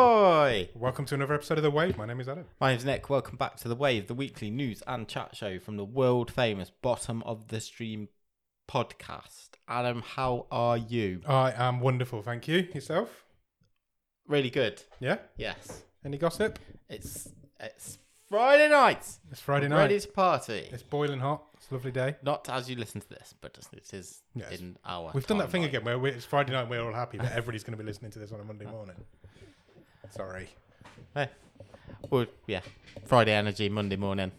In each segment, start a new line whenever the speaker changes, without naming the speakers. Hey,
Welcome to another episode of The Wave. My name is Adam.
my name's Nick. Welcome back to The Wave, the weekly news and chat show from the world famous Bottom of the Stream podcast. Adam, how are you?
I am wonderful, thank you. Yourself?
Really good.
Yeah?
Yes.
Any gossip?
It's it's Friday night.
It's Friday night.
Ready to party.
It's boiling hot. It's a lovely day.
Not as you listen to this, but just- it is
Yes.
in our.
We've done that thing
timeline.
again where we it's Friday night and we're all happy, but everybody's going to be listening to this on a Monday morning. Sorry.
Hey. Well, yeah. Friday energy, Monday morning.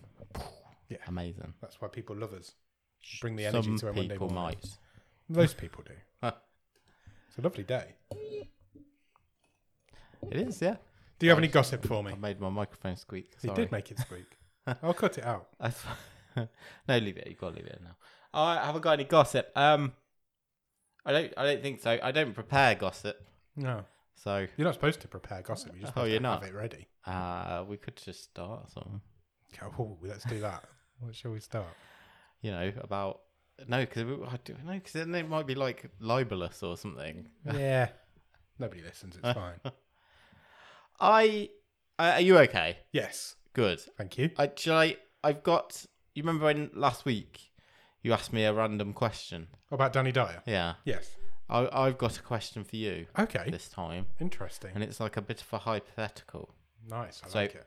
Yeah.
Amazing.
That's why people love us. Bring the energy
Some
to a Monday
people
morning.
might.
Most people do.
Huh.
It's a lovely day.
It is, yeah.
Do you have any gossip for me?
I made my microphone squeak.
He
Sorry.
did make it squeak. I'll cut it out.
That's fine. no, leave it. You've got to leave it now. Oh, I haven't got any gossip. Um, I don't. I don't think so. I don't prepare gossip.
No.
So
You're not supposed to prepare gossip. You're just
Oh,
supposed
you're
to
not.
have it ready.
uh, we could just start some.
Okay, ooh, let's do that. What shall we start?
You know about no, because I do no, because then it might be like libelous or something.
Yeah. Nobody listens. It's fine.
I uh, are you okay?
Yes.
Good.
Thank you.
I shall I. I've got. You remember when last week you asked me a random question?
What about Danny Dyer?
Yeah.
Yes.
I, I've got a question for you
Okay.
this time,
Interesting.
and it's like a bit of a hypothetical.
Nice. I
So-
like it.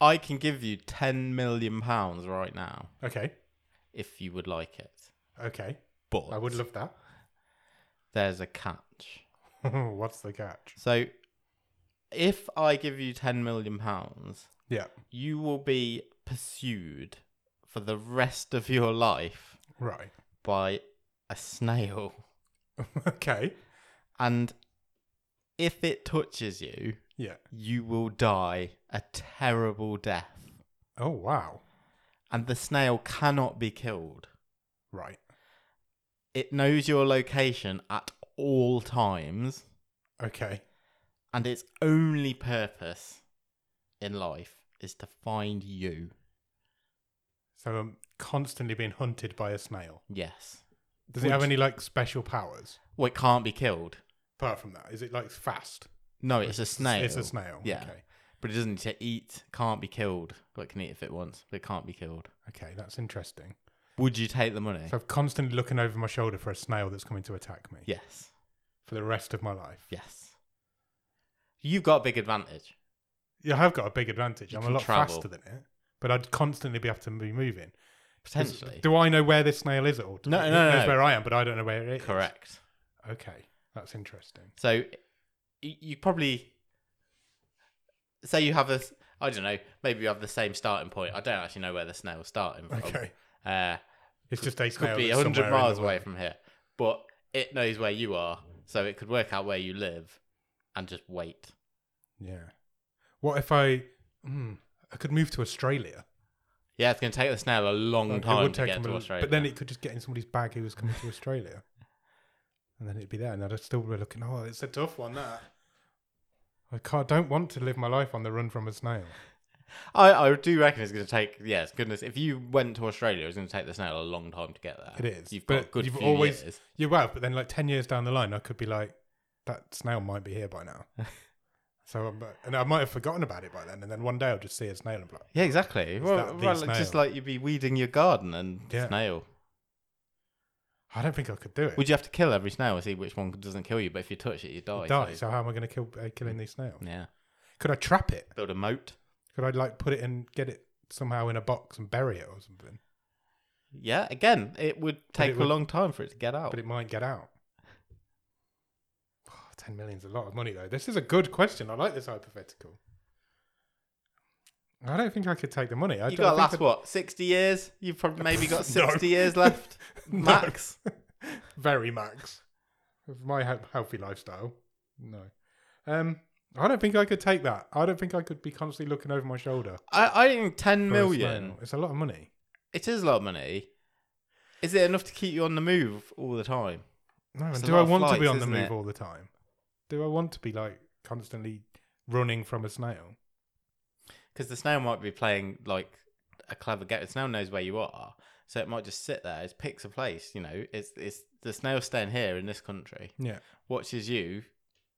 I can give you ten million pounds right now
Okay.
if you would like it.
Okay.
But
I would love that.
there's a catch.
What's the catch?
So if I give you ten million pounds,
Yeah.
you will be pursued for the rest of your life
Right.
by a snail.
okay.
And if it touches you,
Yeah.
you will die a terrible death.
Oh wow.
And the snail cannot be killed.
Right.
It knows your location at all times.
Okay.
and its only purpose in life is to find you.
So I'm constantly being hunted by a snail.
Yes.
Does it have any like special powers
Well, it can't be killed.
apart from that? Is it like fast?
No, it's a snail.
It's a snail.
Yeah.
Okay.
But it doesn't need to eat. Can't be killed. But it can eat if it wants. But it can't be killed.
Okay. That's interesting.
Would you take the money?
So I'm constantly looking over my shoulder for a snail that's coming to attack me
yes.
for the rest of my life.
Yes. You've got a big advantage.
Yeah, I've got a big advantage.
You
I'm a
can
lot
travel.
faster than it, but I'd constantly be able to be moving. 'Cause
Potentially.
Do I know where this snail is at all? times?
No, no,
it
no,
knows
no.
where I am, but I don't know where it is.
Correct.
Okay, that's interesting.
So y- you probably say you have a. s- I don't know. Maybe you have the same starting point. I don't actually know where the snail's starting from.
Okay,
Uh,
it's just a snail.
Oh, could be
that's
100
somewhere in the
miles away
world.
from here, but it knows where you are, so it could work out where you live and just wait.
Yeah. What if I? Hmm, I could move to Australia.
Yeah, it's going to take the snail a long
Like,
Mm, time to get
them
to
a l-
Australia.
but then it could just get in somebody's bag who was coming to Australia, and then it'd be there, and I'd still be looking. Oh, it's a tough one. That I can't. Don't want to live my life on the run from a snail.
I, I do reckon it's going to take, yes, goodness. If you went to Australia, it's going to take the snail a long time to get there.
It is,
You've
but
got a good
you've
few
always-
years.
You have, but then like ten years down the line, I could be like, that snail might be here by now. so, I'm, and I might have forgotten about it by then, and then one day I'll just see a snail and be like,
Yeah, exactly. Well,
that the
well, it's just
snail?
like you'd be weeding your garden and
Yeah.
snail.
I don't think I could do it.
Would you have to kill every snail and see which one doesn't kill you? But if you touch it, you die.
die?
so-
So how am I going to kill uh, killing these snails?
Mm. yeah.
Could I trap it?
Build a moat.
Could I like put it and get it somehow in a box and bury it or something?
Yeah, again, it would take
it
a
would-
long time for it to get out.
But it might get out. Oh, Ten million's a lot of money though. This is a good question. I like this hypothetical. I don't think I could take the money. I
You
don't- I
got
think
last
I'd-
what sixty years? You've probably maybe got
No.
sixty years left,
No.
max.
very max of my he- healthy lifestyle. No, um, I don't think I could take that. I don't think I could be constantly looking over my shoulder.
I, I think ten
for a
million.
snail. It's a lot of money.
It is a lot of money. Is it enough to keep you on the move all the time?
No,
It's
and
a
do
lot
I
of
want to be
flights,
on the
isn't
move
it?
all the time? Do I want to be like constantly running from a snail?
Because the snail might be playing like a clever game. The snail knows where you are, so it might just sit there. It picks a place. You know, it's it's the snail staying here in this country,
Yeah,
watches you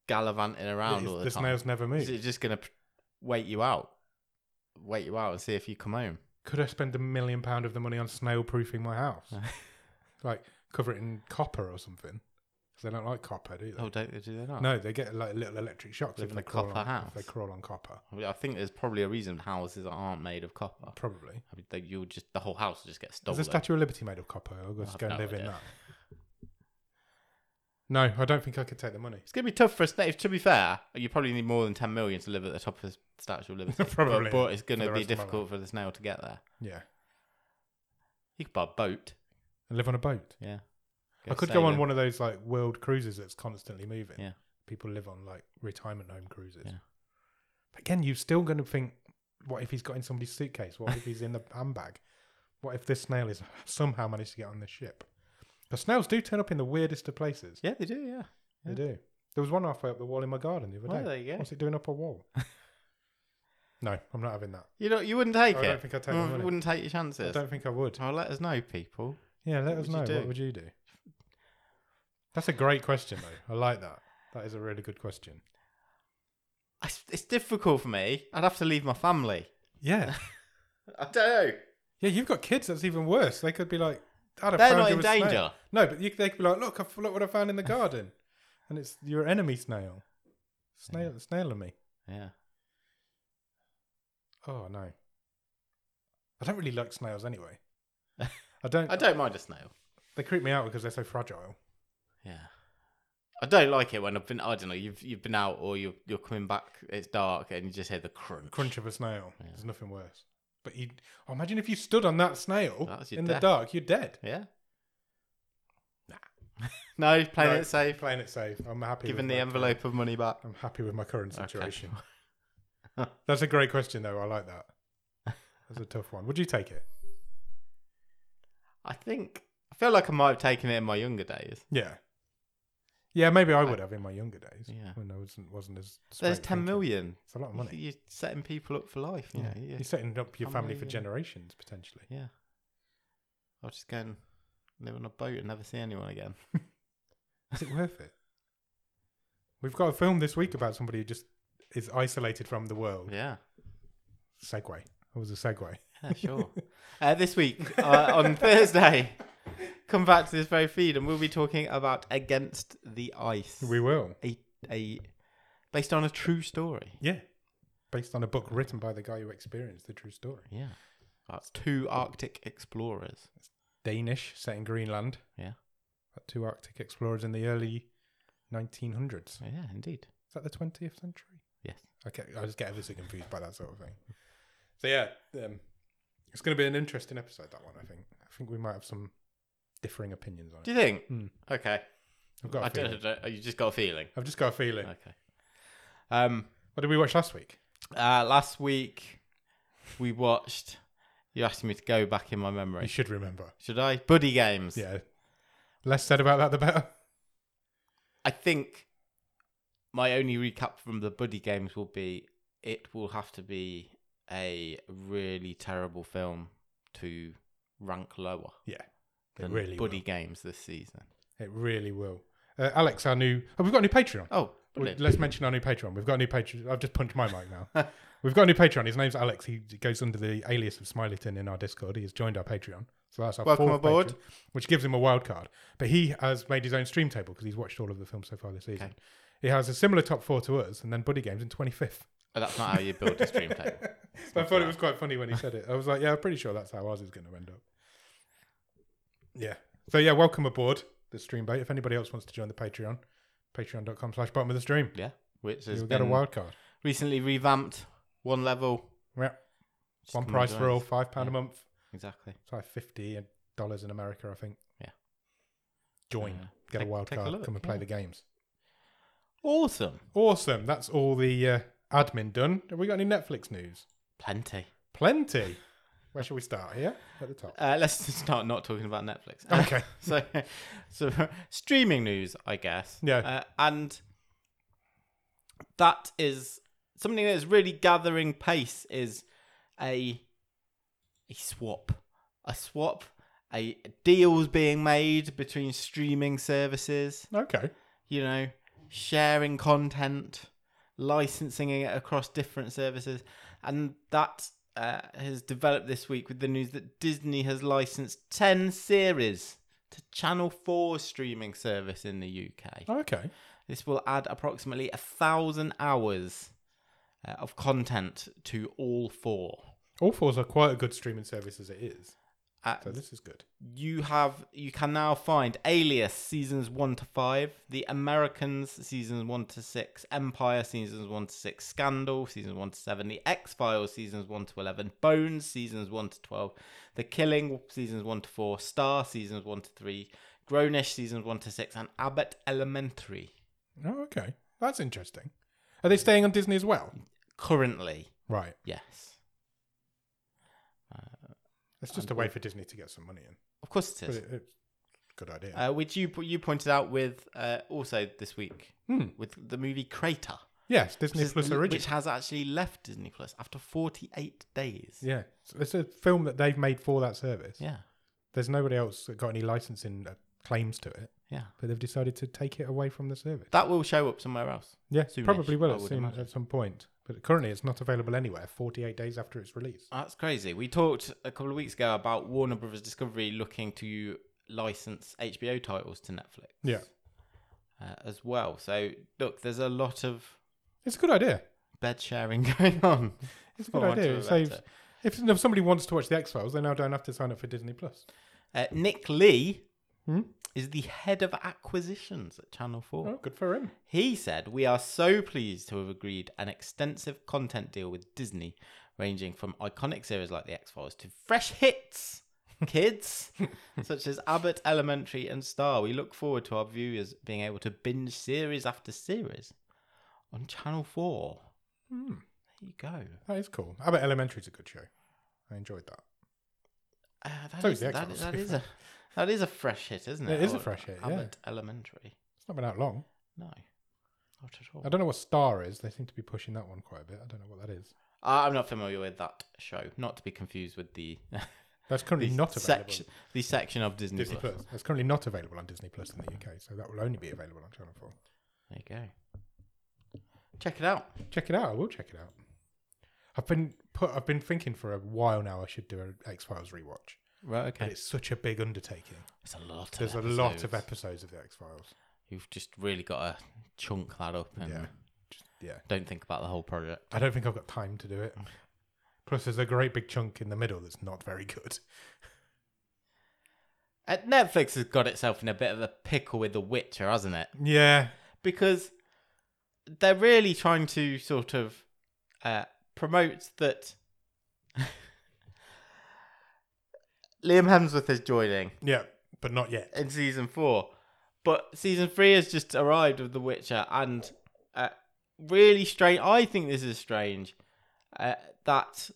gallivanting around all the
the
time.
snails never
Is
move.
it just gonna p- wait you out, wait you out, and see if you come home?
Could I spend a million pound of the money on snail proofing my house? like cover it in copper or something? Because they don't like copper, do they?
Oh, don't they do they not?
No, they get like little electric shocks
Live
if
in
they,
a
crawl
copper
on,
house.
if they crawl on copper.
I mean, I think there's probably a reason houses aren't made of copper.
Probably.
I mean, they, you'll just the whole house will just get
Is
stolen.
the Statue of Liberty made of copper? I'll
I
just
have
go and
no
live in
idea.
that. No, I don't think I could take the money.
It's gonna be tough for a snake. To be fair, you probably need more than ten million to live at the top of the Statue of Liberty. But-
Probably,
but, it's
for
gonna
the
be
rest of my
difficult for the snail to get there.
Yeah.
You could buy a boat.
And live on a boat.
Yeah,
I could go on
sailing.
one of those like world cruises that's constantly moving.
Yeah.
People live on like retirement home cruises.
Yeah.
But again, you're still going to think, what if he's got in somebody's suitcase? What if he's in the handbag? What if this snail is somehow managed to get on the ship? Because snails do turn up in the weirdest of places.
Yeah, they do. Yeah.
They do. There was one halfway up the wall in my garden the other
Well,
day.
there you go.
What's it doing up a wall? no, I'm not having that.
You don't. You wouldn't take
Oh, I
it.
don't think I'd take the
You
money.
Wouldn't take your
I
chances.
don't think I would.
Oh, let us know, people.
Yeah, let
What
us
would you
know.
do?
What would you do? That's a great question, though. I like that. That is a really good question.
It's, it's difficult for me. I'd have to leave my family.
Yeah.
I don't know.
Yeah, you've got kids. That's even worse. They could be like, I'd have
They're
found
not
you
in
a snail.
danger.
No, but you, they could be like, look, I've, look what I found in the garden, and it's your enemy snail, snail, snail and me.
Yeah.
Oh no, I don't really like snails anyway. I don't.
I don't mind a snail.
They creep me out because they're so fragile.
Yeah. I don't like it when I've been. I don't know. You've you've been out or you're you're coming back. It's dark and you just hear the crunch.
Crunch of a snail. There's nothing worse. But you oh, imagine if you stood on that snail
That's your
in the
death.
dark, you're dead.
Yeah. Nah. no, playing
No,
it safe.
Playing it safe. I'm happy.
Giving
with
the
my-
envelope of money back.
I'm happy with my current
Okay.
situation. That's a great question, though. I like that. That's a tough one. Would you take it?
I think. I feel like I might have taken it in my younger days.
Yeah. Yeah, maybe I would have in my younger days.
Yeah.
When I wasn't wasn't as
There's
straight
ten
thinking.
million.
It's a lot of money.
You're setting people up for life. You
Yeah.
know, you-
You're setting up your
How
family
many,
for
uh,
generations potentially.
Yeah. I'll just go and live on a boat and never see anyone again.
Is it worth it? We've got a film this week about somebody who just is isolated from the world.
Yeah.
Segway. That was a segue.
Yeah, sure. uh, this week, uh, on Thursday, come back to this very feed and we'll be talking about Against the Ice.
We will.
a, a, based on a true story.
Yeah. Based on a book written by the guy who experienced the true story.
Yeah. That's two Arctic explorers.
Danish, set in Greenland.
Yeah.
About two Arctic explorers in the early 1900s. Is
Yeah, indeed.
that the 20th century?
Yes.
I get, I just get ever so confused by that sort of thing. So yeah, um, it's going to be an interesting episode. That one, I think. I think we might have some differing opinions on
Do
it.
you think?
Hmm.
Okay.
I've got. a
I don't, I
feeling.
don't- You just got a feeling.
I've just got a feeling.
Okay. Um,
What did we watch last week?
uh, last week, we watched. You asked me to go back in my memory.
You should remember.
Should I? Buddy games.
Yeah. Less said about that, the better.
I think my only recap from the buddy games will be it will have to be a really terrible film to rank lower
Yeah. It
than
really
buddy games this season.
will. It really will. Uh, Alex, our new. Oh, we've got a new Patreon.
Oh,
We-
brilliant.
Let's mention our new Patreon. We've got a new Patreon. I've just punched my mic now. We've got a new Patreon. His name's Alex. He goes under the alias of Smileyton in our Discord. He has joined our Patreon. So that's our
Welcome
fourth
aboard.
Patreon, which gives him a wild card. But he has made his own stream table because he's watched all of the films so far this season.
Okay.
He has a similar top four to us, and then Buddy Games in 25th.
Oh, that's not how you build a stream table.
I thought it was quite funny when he said it. I was like, yeah, I'm pretty sure that's how ours is going to end up. Yeah. So, yeah, welcome aboard the stream bait. If anybody else wants to join the Patreon, patreon.com slash bottom of the stream.
Yeah, which has
You'll
been
get a wild card.
recently revamped. One level.
Yeah.
Just
One
come and
price for
join
all,
us.
five pound a month.
Exactly.
It's like fifty dollars in America, I think.
Yeah.
Join,
Uh,
get
take-
a wild
take a
card,
look,
come and play
yeah.
the games.
Awesome.
Awesome. That's all the uh, admin done. Have we got any Netflix news?
Plenty.
Plenty. Where shall we start? Here at the top.
Uh, let's just start not talking about Netflix. Uh,
Okay.
so, so streaming news, I guess.
Yeah.
Uh, and that is something that is really gathering pace. Is a a swap, a swap, a deals being made between streaming services.
Okay.
You know, sharing content, licensing it across different services, and that uh, has developed this week with the news that Disney has licensed ten series to Channel 4's streaming service in the UK.
Okay.
This will add approximately a thousand hours uh, of content to all four.
All fours are quite a good streaming service as it is.
Uh,
So this is good.
you have you can now find Alias seasons one to five, The Americans seasons one to six, Empire seasons one to six, Scandal seasons one to seven, The X Files seasons one to eleven, Bones seasons one to twelve, The Killing seasons one to four, Star seasons one to three, Grownish seasons one to six, and Abbott Elementary.
Oh, okay. That's interesting. Are they staying on Disney as well?
Currently,
Right.
yes,
It's just a way for Disney to get some money in.
of course it
But
is.
it, it's a good idea.
Uh, which you you pointed out with uh, also this week
Hmm.
with the movie Crater.
yes, Disney
which is-
Plus Original.
which has actually left Disney Plus after 48 days.
Yeah. So it's a film that they've made for that service.
Yeah,
There's nobody else that got any licensing uh, claims to it,
yeah.
but they've decided to take it away from the service.
That will show up somewhere else.
Yeah,
Soonish,
probably will
I
at
would
soon,
imagine.
at some point. But currently, it's not available anywhere. Forty-eight days after its release.
That's crazy. We talked a couple of weeks ago about Warner Brothers Discovery looking to license HBO titles to Netflix.
Yeah.
Uh, as well. So look, there's a lot of
It's a good idea.
bed sharing going on.
It's a
For
good
want
idea.
of
It
a
saves.
better-
If, if somebody wants to watch the X Files, they now don't have to sign up for Disney Plus.
Uh, Nick Lee
Hmm?
is the head of acquisitions at Channel 4.
Oh, good for him.
He said, We are so pleased to have agreed an extensive content deal with Disney, ranging from iconic series like The X Files to fresh hits, kids, such as Abbott Elementary and Star. We look forward to our viewers being able to binge series after series on Channel 4.
Hmm,
There you go.
that is cool. Abbott Elementary's a good show. I enjoyed that.
Uh, that,
So
is,
is The
that,
X-Files,
that
to be
is a, that is a fresh hit, isn't it?
It is a
Or
fresh hit, yeah.
Abbott Elementary.
It's not been out long.
No, not at all.
I don't know what Star is. They seem to be pushing that one quite a bit. I don't know what that is.
Uh, I'm not familiar with that show, not to be confused with the.
That's currently not available.
section, the section of Disney,
Disney
Plus.
Plus. That's currently not available on Disney Plus in the UK, so that will only be available on Channel Four.
There you go. Check it out.
Check it out. I will check it out. I've been put. I've been thinking for a while now. I should do an X Files rewatch,
Right,
but
okay.
it's such a big undertaking.
It's a lot. Of
There's a lot of episodes
episodes.
of the X Files.
You've just really got to chunk that up and
Yeah. Just, yeah.
don't think about the whole project.
I don't think I've got time to do it. Plus, there's a great big chunk in the middle that's not very good.
Uh, Netflix has got itself in a bit of a pickle with The Witcher, hasn't it?
Yeah.
Because they're really trying to sort of uh, promote that Liam Hemsworth is joining.
Yeah. But not yet.
in season four, but season three has just arrived with The Witcher, and uh, really strange. I think this is strange uh, that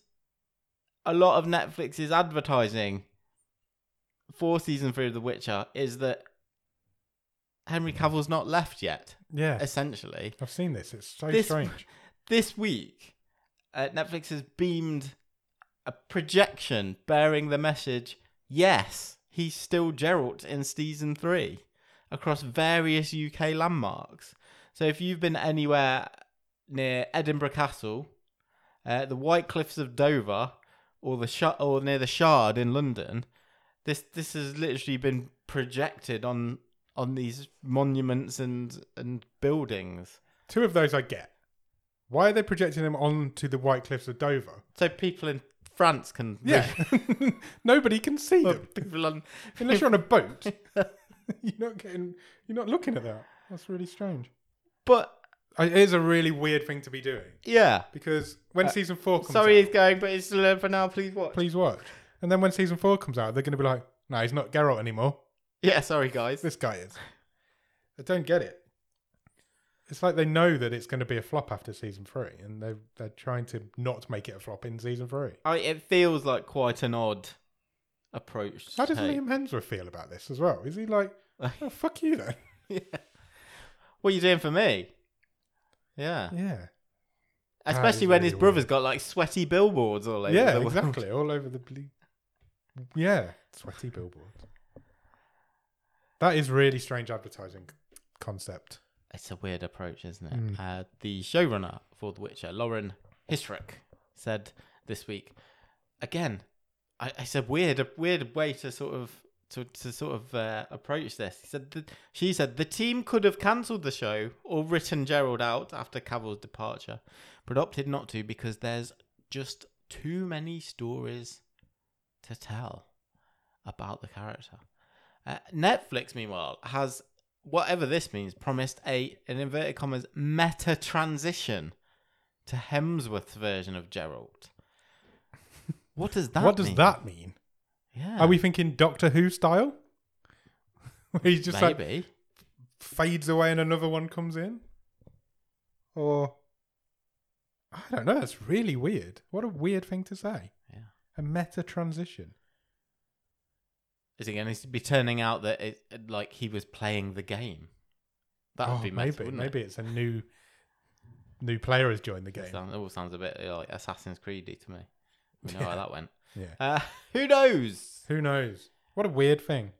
a lot of Netflix's advertising for season three of The Witcher is that Henry Cavill's not left yet.
Yeah.
Essentially,
I've seen this. It's so
This-
strange.
this week, uh, Netflix has beamed a projection bearing the message, yes, he's still Geralt in season three across various UK landmarks. So if you've been anywhere near Edinburgh Castle, uh, the White Cliffs of Dover, or the Sh- or near the Shard in London, this this has literally been projected on on these monuments and and buildings.
Two of those I get. Why are they projecting them onto the White Cliffs of Dover?
So people in France can
Yeah. Nobody can see them.
people on
Unless you're on a boat, you're not getting, you're not looking at that. That's really strange.
but
I- It is a really weird thing to be doing
yeah.
because when season four comes
Uh, Sorry,
out,
he's going, but it's still for now. Please watch.
please watch. And then when season four comes out, they're going to be like, no, he's not Geralt anymore.
Yeah, sorry guys.
This guy is. I don't get it. It's like they know that it's going to be a flop after season three, and they're they're trying to not make it a flop in season three.
I, it feels like quite an odd approach. to
How does
take.
Liam Hemsworth feel about this as well? Is he like, oh, fuck you then?
Yeah. What are you doing for me? Yeah,
Yeah.
especially
is
when
really
his brother's got like sweaty billboards all over.
yeah,
the world.
exactly. All over the ble- yeah, sweaty billboard. That is really strange advertising c- concept.
It's a weird approach, isn't it?
Mm.
Uh, the showrunner for The Witcher, Lauren Hisrick, said this week. Again, I, I said weird, a weird way to sort of to, to sort of uh, approach this. He said that, she said the team could have cancelled the show or written Gerald out after Cavill's departure, but opted not to because there's just too many stories to tell about the character. Uh, Netflix, meanwhile, has whatever this means, promised a an inverted commas meta transition to Hemsworth's version of Gerald. What does that?
what does
mean?
that mean?
Yeah,
Are we thinking Doctor Who style? Where he just like
maybe?
fades away and another one comes in? Or I don't know, that's really weird. What a weird thing to say.
Yeah.
A meta transition.
Is it going to be turning out that it like he was playing the game? That would
Oh,
be meta,
maybe
wouldn't
maybe
it?
it's a new new player has joined the game.
Sound- it all sounds a bit like Assassin's Creedy to me. We know how that went.
Yeah.
Uh, who knows?
Who knows? What a weird thing.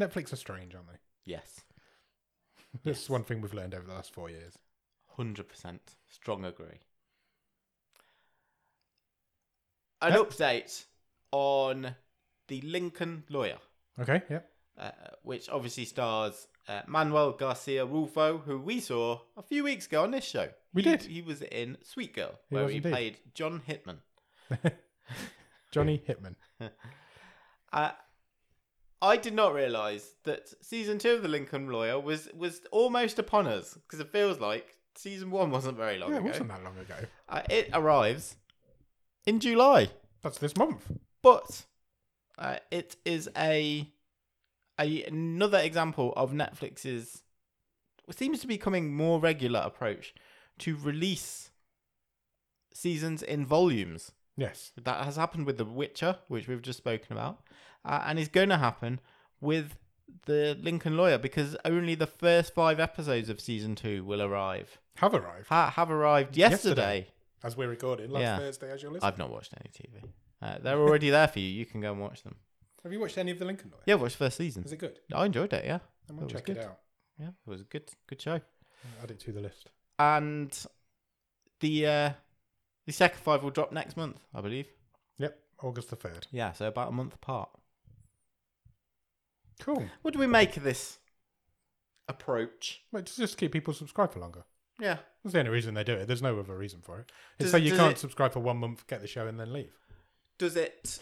Netflix are strange, aren't they?
Yes,
That's
Yes.
one thing we've learned over the last four years.
hundred percent. Strong agree. An
Yeah.
update on the Lincoln Lawyer.
Okay, yep.
uh, which obviously stars uh, Manuel Garcia Rulfo, who we saw a few weeks ago on this show.
We
He-
did.
He was in Sweet Girl,
He
where
was
he
indeed.
played John Hitman.
Johnny Hitman.
Uh, I did not realise that season two of The Lincoln Lawyer was was almost upon us because it feels like season one wasn't very long
Yeah, it
ago.
wasn't that long ago.
Uh, it arrives in July.
That's this month.
but uh, it is a, a another example of Netflix's what seems to be coming more regular approach to release seasons in volumes.
Yes.
That has happened with The Witcher, which we've just spoken about, uh, and is going to happen with the Lincoln Lawyer because only the first five episodes of season two will arrive.
Have arrived.
Ha- have arrived
Yesterday.
yesterday.
As we're recording, last
Yeah.
Thursday as you're listening.
I've not watched any TV. Uh, they're already there for you. You can go and watch them.
Have you watched any of the Lincoln Lawyer?
Yeah, watch the first season.
Is it good?
I enjoyed it. Yeah,
I'm
It
gonna
was
check
good.
it out.
yeah, it was a good, good show.
I'll Add it to the list.
And the uh, the second five will drop next month, I believe.
Yep. August the third.
Yeah, so about a month apart.
Cool.
What do we make of this approach?
But just- just keep people subscribed for longer.
Yeah,
That's the only reason they do it. There's no other reason for it. It's
Does-
so you
does
can't
it-
subscribe for one month, get the show, and then leave.
does it?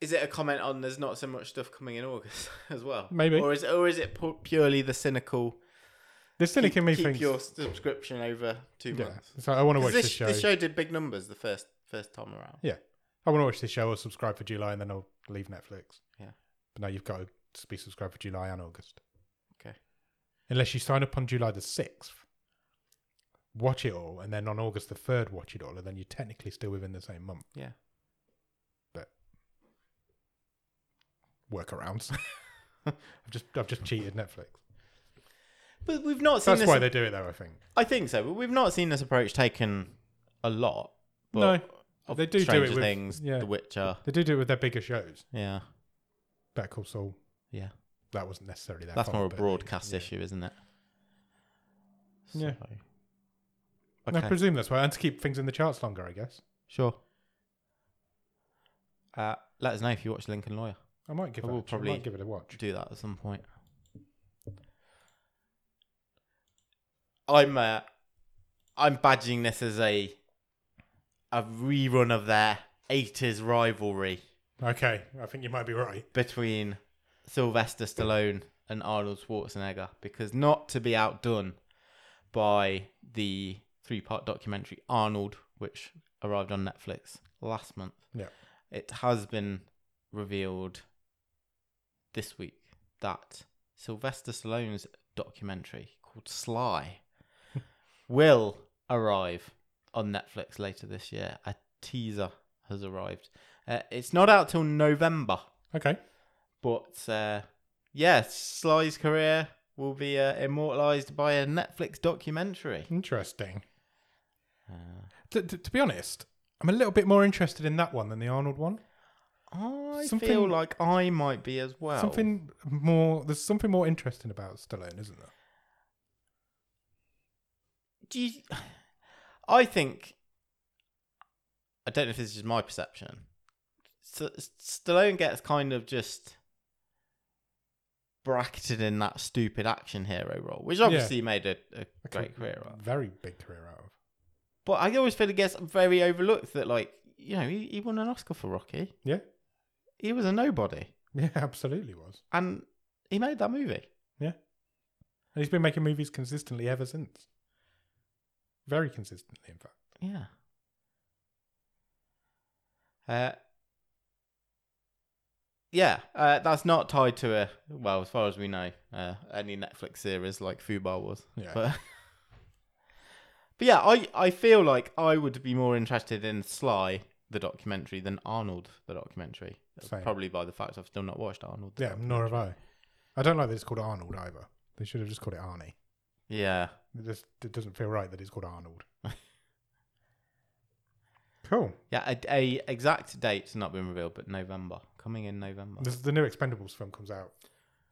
Is it a comment on there's not so much stuff coming in August as well?
Maybe.
or is or is it pu- purely the cynical?
The cynic in me
keep
thinks.
your subscription over two
yeah.
months.
So I want to
'Cause
watch
This,
this, show.
this show did big numbers the first first time around.
Yeah. I want to watch this show. I'll subscribe for July, and then I'll leave Netflix.
Yeah.
But now you've got to be subscribed for July and August.
Okay.
Unless you sign up on July the sixth, watch it all, and then on August the third, watch it all, and then you're technically still within the same month.
Yeah.
Workarounds. I've just I've just cheated Netflix.
But we've not seen
That's
this.
why they do it, though. I think.
I think so, but we've not seen this approach taken a lot. But of
They do do
Stranger
it with-
Things,
yeah.
The Witcher.
They do do it with their bigger shows.
Yeah,
Better Call Saul.
yeah.
That wasn't necessarily their
That's
fault,
more a
but-
broadcast
yeah.
issue, isn't it?
Yeah.
So-
And
Okay.
I presume that's why, and to keep things in the charts longer, I guess.
sure. Uh, let us know if you watch Lincoln Lawyer.
I might give
I
it.
will
a- I
probably-
might give it a watch.
Do that at some point. I'm uh, I'm badging this as a a rerun of their '80s rivalry.
Okay, I think you might be right.
between Sylvester Stallone and Arnold Schwarzenegger because not to be outdone by the three part documentary Arnold, which arrived on Netflix last month.
Yeah.
It has been revealed this week that Sylvester Stallone's documentary called Sly will arrive on Netflix later this year. A teaser has arrived. Uh, it's not out till November.
Okay,
But uh, yeah, Sly's career will be uh, immortalized by a Netflix documentary.
interesting.
Uh,
To, to, to be honest, I'm a little bit more interested in that one than the Arnold one.
I
Something-
feel like I might be as well.
Something more. There's something more interesting about Stallone, isn't there?
Do you, I think. I don't know if this is my perception. So, Stallone gets kind of just bracketed in that stupid action hero role, which obviously he made a, a
Like
great career of.
Very big career out of.
But I always feel it gets very overlooked that, like, you know, he, he won an Oscar for Rocky.
Yeah.
He was a nobody.
Yeah, absolutely was.
And he made that movie.
And he's been making movies consistently ever since. Very consistently, in fact.
Yeah. Uh, yeah, uh, that's not tied to a well, as far as we know, uh, any Netflix series like Fubar was.
Yeah.
But, but yeah, I I feel like I would be more interested in Sly the documentary than Arnold the documentary.
Same.
Probably by the fact I've still not watched Arnold. the
yeah, nor have I. I don't like that it's called Arnold either. They should have just called it Arnie.
Yeah.
It just it doesn't feel right that it's called Arnold. cool.
Yeah, a, a exact date's not been revealed, but November coming in November.
This, the new Expendables film comes out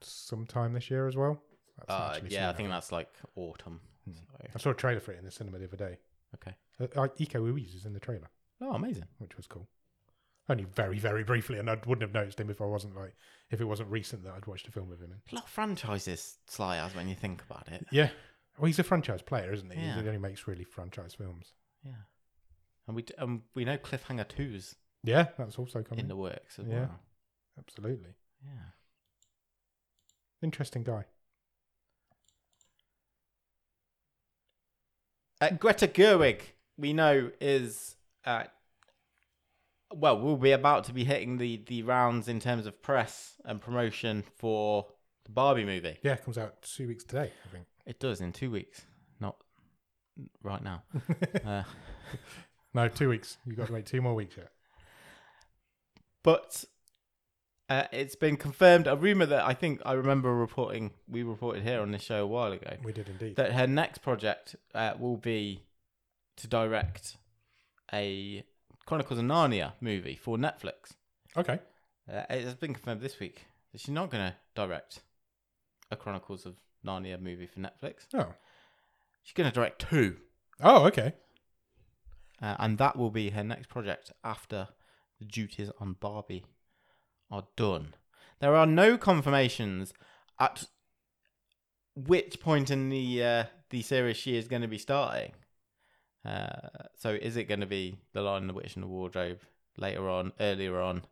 sometime this year as well. That's
Uh,
actually
yeah, I
seen
think
that.
that's like autumn. So-
I saw a trailer for it in the cinema the other day.
Hmm. Okay.
Uh, uh, Iko Uwais is in the trailer,
Oh, amazing.
which was cool. Only very, very briefly, and I wouldn't have noticed him if I wasn't like if it wasn't recent that I'd watched a film with him in.
A lot of franchises Sly has when you think about it.
Yeah. Well, he's a franchise player, isn't he?
Yeah.
He only makes really franchise films.
Yeah. And we d- um, we know Cliffhanger 2's
Yeah, that's also coming.
in the works as
Yeah.
well.
Absolutely.
Yeah.
Interesting guy.
Uh, Greta Gerwig, we know, is. Uh, well, we'll be about to be hitting the, the rounds in terms of press and promotion for the Barbie movie.
Yeah, comes out two weeks today, I think.
It does in two weeks, not right now. uh,
No, two weeks. You've got to wait two more weeks yet.
but uh, it's been confirmed a rumor that I think I remember reporting we reported here on this show a while ago
We did indeed.
that her next project uh, will be to direct a Chronicles of Narnia movie for Netflix.
okay.
Uh, it has been confirmed this week that she's not going to direct a Chronicles of Narnia movie for Netflix.
Oh.
She's going to direct two,
Oh, okay.
uh, and that will be her next project after the duties on Barbie are done. There are no confirmations at which point in the uh, the series she is going to be starting. Uh, so is it going to be the Lion, the Witch, and the Wardrobe later on, earlier on?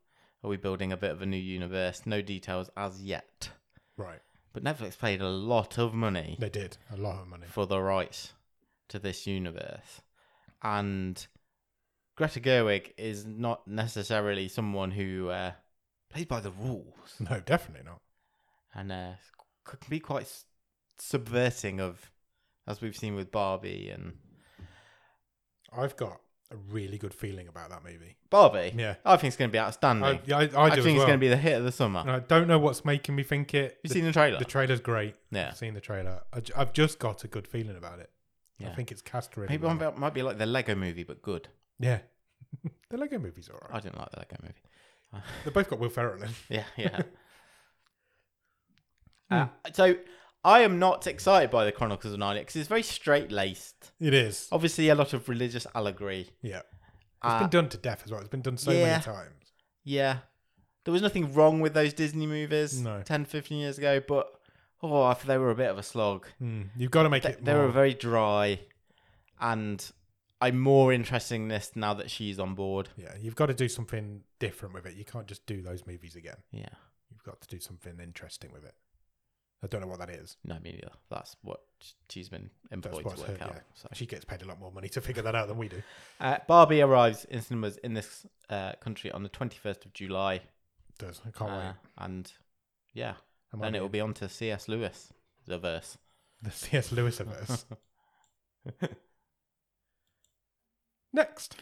Are we building a bit of a new universe? No details as yet.
Right.
But Netflix paid a lot of money
They did. A lot of money.
for the rights to this universe. And Greta Gerwig is not necessarily someone who uh, plays by the rules
No, definitely not.
and uh, c- can be quite s- subverting of, as we've seen with Barbie and
I've got a really good feeling about that movie.
Barbie.
Yeah.
I think it's going to be outstanding.
I,
I,
yeah, I, I do as
think it's
well.
going to be the hit of the summer.
And I don't know what's making me think it.
You've
the,
seen the trailer?
the trailer's great.
yeah.
I've seen the trailer. I, ju- I've just got a good feeling about it. I
Yeah.
think it's cast really
Maybe
well.
one about- might be like the Lego movie, but good.
Yeah. the Lego movie's all right.
I didn't like the Lego movie.
They've both got Will Ferrell in.
Yeah, yeah. uh,
Hmm.
so I am not excited by the Chronicles of Narnia because it's very straight laced.
It is.
Obviously, a lot of religious allegory.
Yeah. It's
Uh,
been done to death as well. It's been done so
yeah.
many times.
yeah, there was nothing wrong with those Disney movies
No.
10, 15 years ago, but oh, I feel they were a bit of a slog.
Mm. You've got to make
They,
it
they
more.
were very dry, and I'm more interested in this now that she's on board.
yeah, you've got to do something different with it. You can't just do those movies again.
Yeah,
You've got to do something interesting with it. I don't know what that is.
no, me neither. That's what she's been
That's
employed
what's
to
her,
work out.
yeah.
So.
She gets paid a lot more money to figure that out than we do.
Uh, Barbie arrives in cinemas in this uh, country on the 21st of July.
Does I can't
Uh,
wait.
and yeah,
I might
then
be
it will be on to C.S. Lewis, the verse.
the C.S. Lewis of us. Next,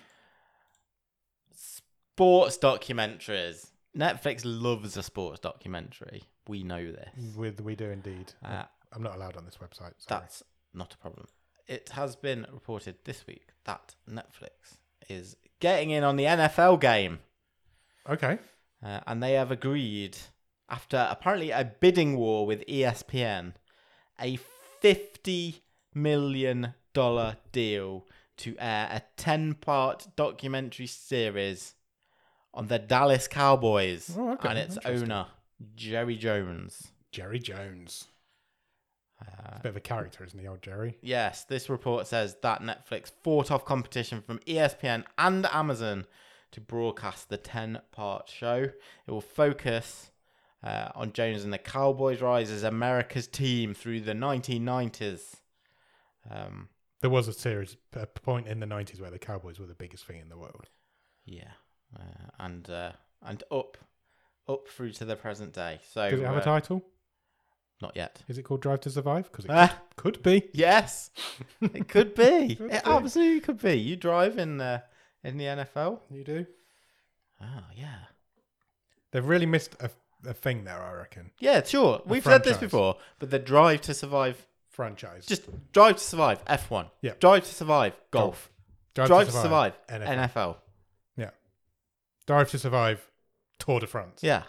Sports documentaries. Netflix loves a sports documentary. We know this.
with we do indeed.
Uh,
I'm not allowed on this website. Sorry.
That's not a problem. It has been reported this week that Netflix is getting in on the NFL game.
Okay.
Uh, and they have agreed, after apparently a bidding war with E ESPN, a $50 million deal to air a 10 part documentary series on the Dallas Cowboys
Oh, okay.
and its
Interesting.
owner, Jerry Jones.
Jerry Jones.
Uh,
A bit of a character, isn't he, old Jerry?
Yes, this report says that Netflix fought off competition from E ESPN and Amazon to broadcast the 10 part show. It will focus uh, on Jones and the Cowboys' rise as America's team through the 1990s. Um,
There was a series, a point in the 90s where the Cowboys were the biggest thing in the world.
yeah, uh, and uh, and up, up through to the present day. So
Does it have
uh,
a title?
not yet.
Is it called Drive to Survive? Because it
Ah,
could be.
yes, it could be.
Could
it
be.
absolutely could be. You drive in uh, in the NFL.
You do. Ah,
Oh yeah.
They've really missed a, a thing there, I reckon.
Yeah, sure. We've said this
franchise.
before, but the drive to survive,
Franchise.
just drive to survive, F1.
Yeah.
Drive to survive, golf. drive to survive,
NFL.
NFL.
Drive to Survive, Tour de France.
Yeah.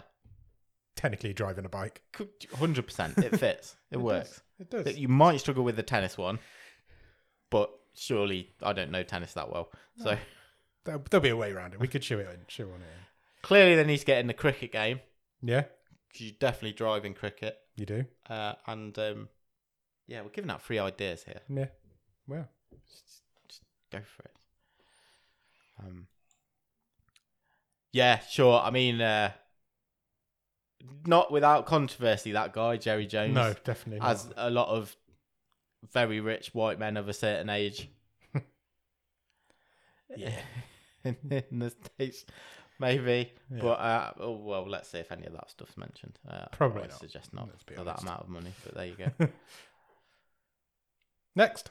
Technically driving a bike.
Could- 100%. It fits. It, works.
It does.
But You might struggle with the tennis one, but surely I don't know tennis that well. So
There'll, there''ll be a way around it. We could chew it in. Chew on it in.
clearly they need to get in the cricket game.
Yeah,
'cause You definitely drive in cricket.
you do.
Uh, and um, yeah, we're giving out free ideas here.
Yeah. Well,
just, just go for it. Um, yeah, sure. I mean, uh, not without controversy, that guy Jerry Jones,
no, definitely not.
as a lot of very rich white men of a certain age, yeah, in, in the states, maybe.
Yeah.
But uh, oh, well, let's see if any of that stuff's mentioned. Uh, I
Probably
would
not.
Suggest not
Let's be
for that
honest.
amount of money. But there you go.
Next.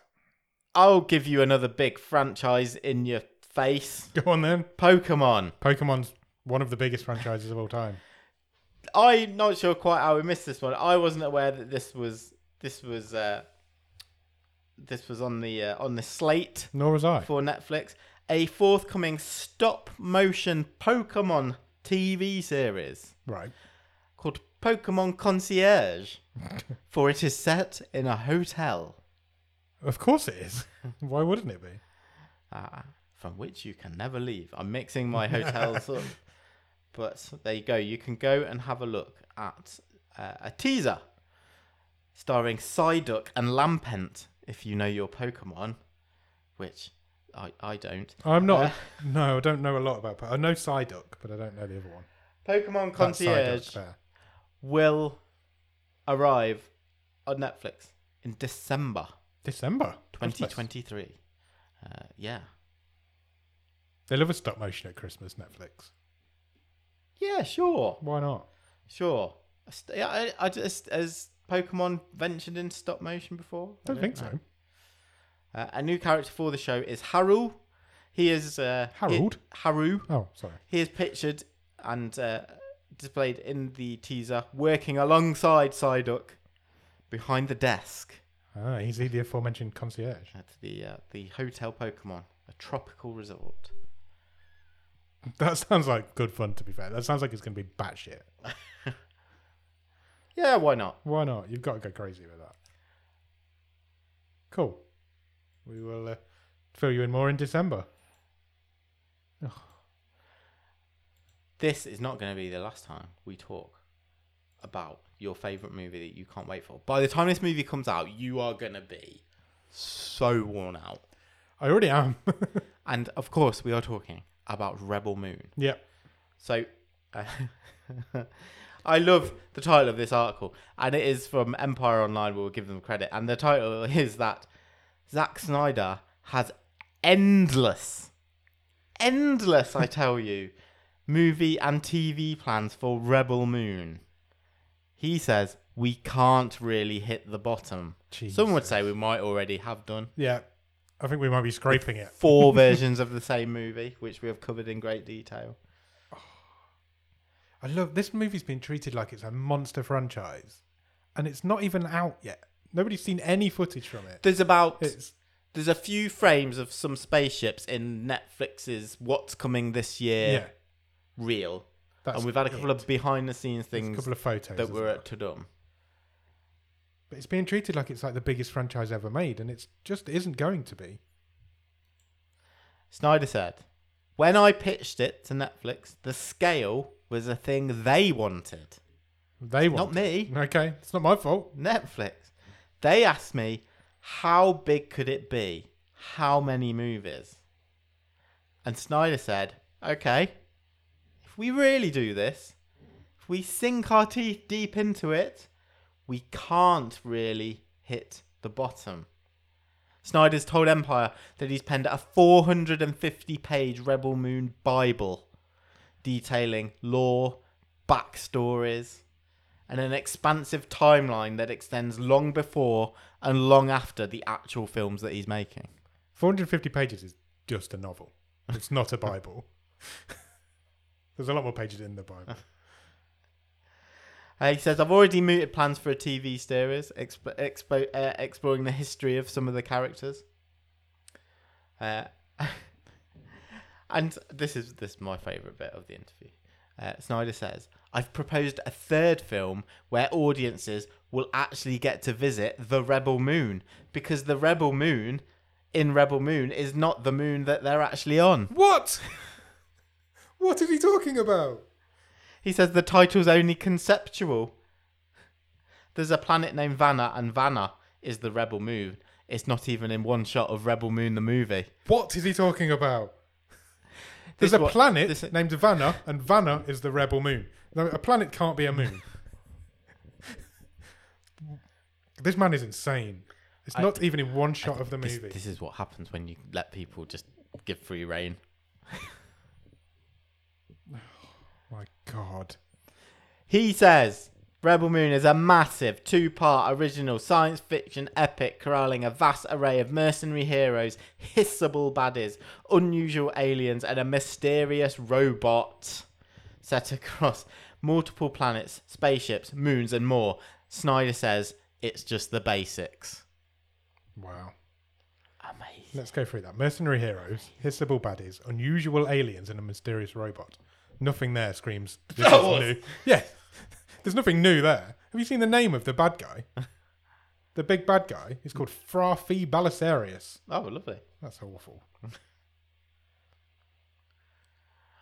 I'll give you another big franchise in your face.
Go on then.
Pokemon.
Pokemon's one of the biggest franchises of all time.
I'm not sure quite how we missed this one. I wasn't aware that this was this was uh, this was on the uh, on the slate
Nor was I.
for Netflix. A forthcoming stop motion Pokemon TV series
Right.
called Pokemon Concierge, for it is set in a hotel
Of course it is. Why wouldn't it be?
uh, from which you can never leave. I'm mixing my hotels up, but there you go. You can go and have a look at uh, a teaser starring Psyduck and Lampent, if you know your Pokemon, which I, I don't.
I'm not.
Uh,
no, I don't know a lot about Pokemon. I know Psyduck, but I don't know the other one.
Pokemon
That's Psyduck
Concierge
there.
will arrive on Netflix in December
December. Christmas.
2023. Uh, yeah.
They love a stop motion at Christmas, Netflix.
Yeah, sure.
Why not?
Sure. I st- yeah, I, I just has Pokemon ventured into stop motion before? I
Don't, think
know.
so.
Uh, a new character for the show is Haru. He is uh, he-
Harold?
Haru.
Oh, sorry.
He is pictured and uh, displayed in the teaser, working alongside Psyduck behind the desk
Ah, he's the aforementioned concierge.
at the uh, the Hotel Pokemon, a tropical resort.
That sounds like good fun, to be fair. That sounds like it's going to be batshit.
Yeah, why not?
Why not? You've got to go crazy with that. Cool. We will uh, fill you in more in December.
This is not going to be the last time we talk about your favorite movie that you can't wait for. By the time this movie comes out, you are going to be so worn out.
I already am.
And of course, we are talking about Rebel Moon.
yep.
So, uh, I love the title of this article, and it is from Empire Online. We'll give them credit, and the title is that Zack Snyder has endless, endless, I tell you, movie and TV plans for Rebel Moon. He says we can't really hit the bottom. Some would say we might already have done
Yeah. I think we might be scraping it.
four versions of the same movie, which we have covered in great detail.
I love this movie's been treated like it's a monster franchise, and it's not even out yet. Nobody's seen any footage from it.
There's about
It's
there's a few frames of some spaceships in Netflix's "What's Coming This Year"
yeah.
reel,
That's
and we've had a couple
it.
of behind the scenes
There's a
things
couple of photos
that
as
were
well.
at Tudum.
But it's being treated like it's like the biggest franchise ever made, and it's just isn't going to be.
Snyder said, When I pitched it to Netflix, the scale was a thing they wanted.
They
Not
want
me,
okay, it's not my fault.
Netflix. They asked me, How big could it be? How many movies? And Snyder said, Okay, if we really do this, if we sink our teeth deep into it, we can't really hit the bottom. Snyder's told Empire that he's penned a 450 page Rebel Moon Bible detailing lore, backstories, and an expansive timeline that extends long before and long after the actual films that he's making.
450 pages is just a novel. It's not a Bible. There's a lot more pages in the Bible.
Uh, he says, I've already mooted plans for a TV series exp- expo- uh, exploring the history of some of the characters. Uh, and this is this is my favourite bit of the interview. Uh, Snyder says, I've proposed a third film where audiences will actually get to visit the Rebel Moon because the Rebel Moon in Rebel Moon is not the moon that they're actually on.
What? what is he talking about?
He says the title's only conceptual. There's a planet named Vanna, and Vanna is the Rebel Moon. It's not even in one shot of Rebel Moon the movie.
What is he talking about?
This
There's a
what-
planet
this-
named Vanna, and Vanna is the rebel moon. No, a planet can't be a moon. this man is insane. It's
I-
not even in one shot of the
This,
movie.
this is what happens when you let people just give free reign.
My God.
He says Rebel Moon is a massive two part original science fiction epic corralling a vast array of mercenary heroes, hissable baddies, unusual aliens, and a mysterious robot set across multiple planets, spaceships, moons, and more. Snyder says it's just the basics.
Wow.
Amazing.
Let's go through that. Mercenary heroes, hissable baddies, unusual aliens, and a mysterious robot. Nothing there screams. This
That
is
was-
new. Yeah, there's nothing new there. Have you seen the name of the bad guy? the big bad guy is called Frafi Balisarius.
Oh, lovely.
That's awful.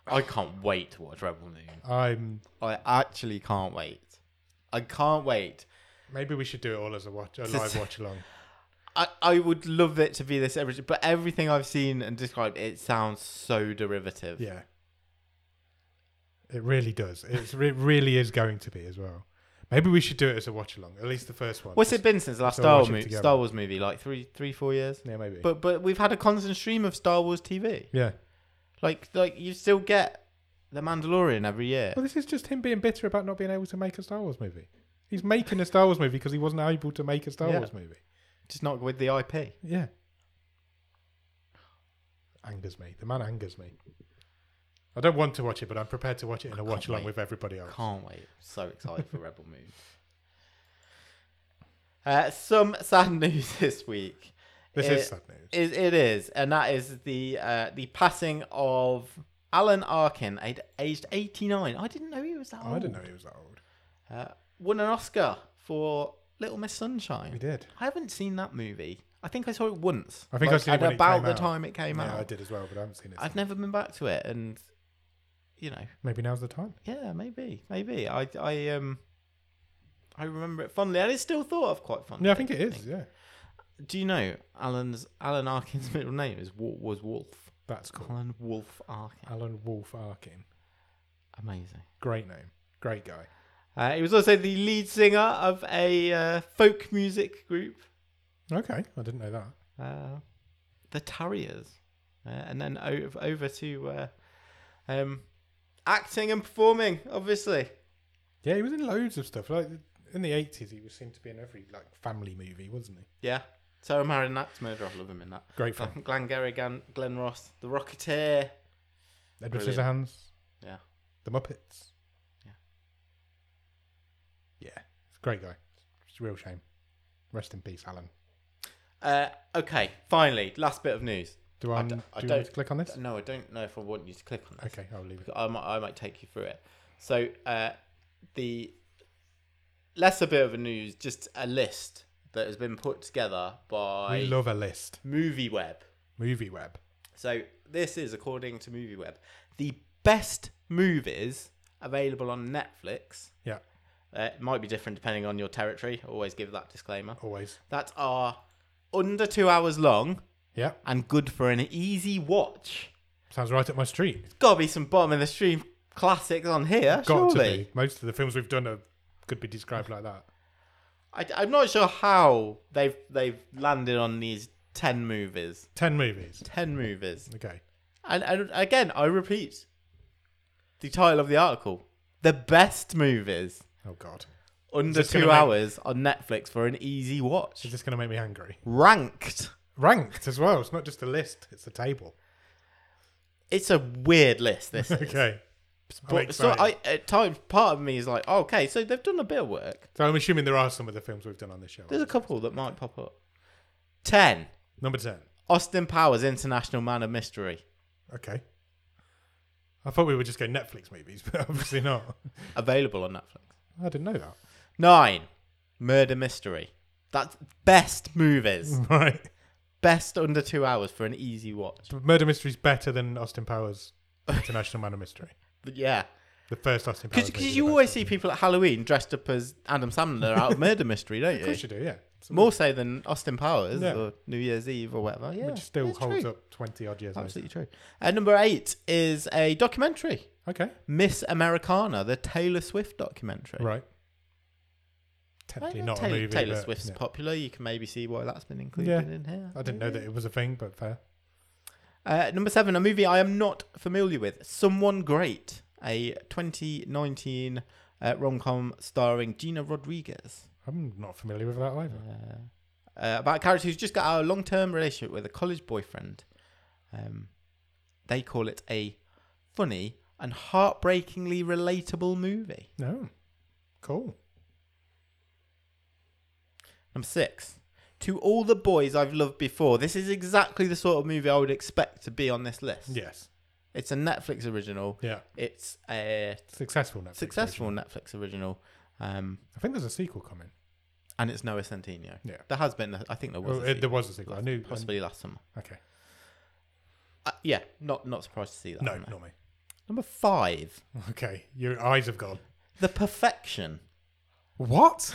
I can't wait to watch Rebel Moon.
I'm.
I actually can't wait. I can't wait.
Maybe we should do it all as a watch, a live watch along.
I, I would love it to be this every, but everything I've seen and described, it sounds so derivative.
Yeah. It really does. It's, it really is going to be as well. Maybe we should do it as a watch along. At least the first one.
What's it been since the last
So
Star,
watch
Wars
it
movie,
together.
Star Wars movie? Like three, three, four years.
Yeah, maybe.
But but we've had a constant stream of Star Wars TV.
yeah.
Like like you still get the Mandalorian every year.
Well, this is just him being bitter about not being able to make a Star Wars movie. He's making a Star Wars movie because he wasn't able to make a Star
Yeah.
Wars movie.
Just not with the IP.
Yeah. Angers me. The man angers me. I don't want to watch it, but I'm prepared to watch it in a
can't
watch along
wait.
with everybody else.
Can't wait. So excited for Rebel Moon. Uh, some sad news this week.
This
is
is sad news.
Is it is, and that is the uh, the passing of Alan Arkin, a- aged eighty nine. I didn't know he was that old.
I didn't know he was that old.
Uh, won an Oscar for Little Miss
He
Sunshine.
did.
I haven't seen that movie. I think I saw it once.
I think
like,
I seen it
at
when it
about
came
the
out.
time it came
Yeah,
out.
I did as well, but I haven't seen it.
I've
since.
never been back to it, and you know,
Maybe now's the time.
yeah, maybe, maybe. I, I, um, I remember it fondly, and it's still thought of quite fondly.
Yeah, I think it is. Yeah,
Do you know Alan's Alan Arkin's middle name is Wa- was Wolf?
that's cool.
Alan Wolf Arkin.
Alan Wolf Arkin,
Amazing.
great name, great guy.
Uh, he was also the lead singer of a uh, folk music group,
Okay, I didn't know that.
uh, the Tarriers, uh, and then over, over to uh, um, acting and performing. Obviously,
Yeah, he was in loads of stuff. Like in the eighties, he was seemed to be in every like family movie, wasn't he?
yeah. Sarah Marion Axe Murder. I love him in that. Um,
Great film.
Glenn Glengarry Gan, Glenn Ross, The Rocketeer.
Edward
Brilliant.
Scissorhands.
Yeah.
The Muppets.
Yeah.
Yeah, he's a great guy. It's a real shame. Rest in peace, Alan.
Uh, okay, finally, last bit of news.
Do I,
I
do
d- I
you want me
don't-
to click on this?
No, I don't know if I want you to click on that.
Okay, I'll leave it.
I might, I might take you through it. So uh, the lesser bit of the news, just a list that has been put together by
We love a list.
Movie Web.
Movie web.
So this is according to Movie Web, the best movies available on Netflix.
Yeah,
Uh, it might be different depending on your territory. Always give that disclaimer.
always.
That are under two hours long
Yeah,
and good for an easy watch.
sounds right up my street.
Gotta be some bottom of the stream classics on here,
Got
surely.
to be. Most of the films we've done are, could be described like that.
I, I'm not sure how they've they've landed on these ten movies.
Ten movies.
Ten movies,
Okay.
and, and again, I repeat the title of the article: the best movies
Oh God.
under
this gonna
two
make-
hours on Netflix for an easy watch,
Is this going to make me angry?
ranked.
Ranked as well. It's not just a list. It's a table.
It's a weird list. This, is.
Okay. I'm
but so
excited.
I at times part of me is like, oh, okay, so they've done a bit of work.
So I'm assuming there are some of the films we've done on this show.
There's a couple that might pop up. Ten.
Number ten.
Austin Powers, International Man of Mystery.
Okay. I thought we would just go Netflix movies, but obviously not.
Available on Netflix.
I didn't know that.
Nine, murder mystery. That's best movies.
Right.
best under two hours for an easy watch.
So Murder Mystery's better than Austin Powers International Man of Mystery.
But yeah,
The first Austin Powers. movie
because
is
you
the
always
best
see people at Halloween dressed up as Adam Sandler out of murder mystery, don't
one. Of course
you?
you do, yeah. It's-
More so than Austin Powers
Yeah.
or New Year's Eve or whatever. Yeah,
which still
it's
holds
true.
up 20 odd years later.
Absolutely true. Uh, number eight is a documentary,
Okay.
Miss Americana, the Taylor Swift documentary.
Right.
I
Technically
know
not
Taylor,
a movie.
Taylor
but,
Swift's
yeah.
popular. You can maybe see why that's been included
Yeah.
in here.
I didn't know that it was a thing, but fair.
Uh, number seven, a movie I am not familiar with. Someone Great, a 2019 uh, rom com starring Gina Rodriguez.
I'm not familiar with that either.
Uh, uh, about a character who's just got out of a long term relationship with a college boyfriend. Um, they call it a funny and heartbreakingly relatable movie.
No. Cool.
Number six, To All the Boys I've Loved Before. This is exactly the sort of movie I would expect to be on this list.
Yes.
It's a Netflix original.
Yeah.
It's a
Successful Netflix.
successful
version.
Netflix original, um,
I think there's a sequel coming.
and it's Noah Centineo.
Yeah.
There has been, I think there was,
Oh, it-
a
there
sequel,
was a sequel. I knew. I-
possibly last summer.
okay.
Uh, yeah, not not surprised to see that.
No,
am I?
not me.
Number five,
Okay. Your eyes have gone.
The Perfection.
What?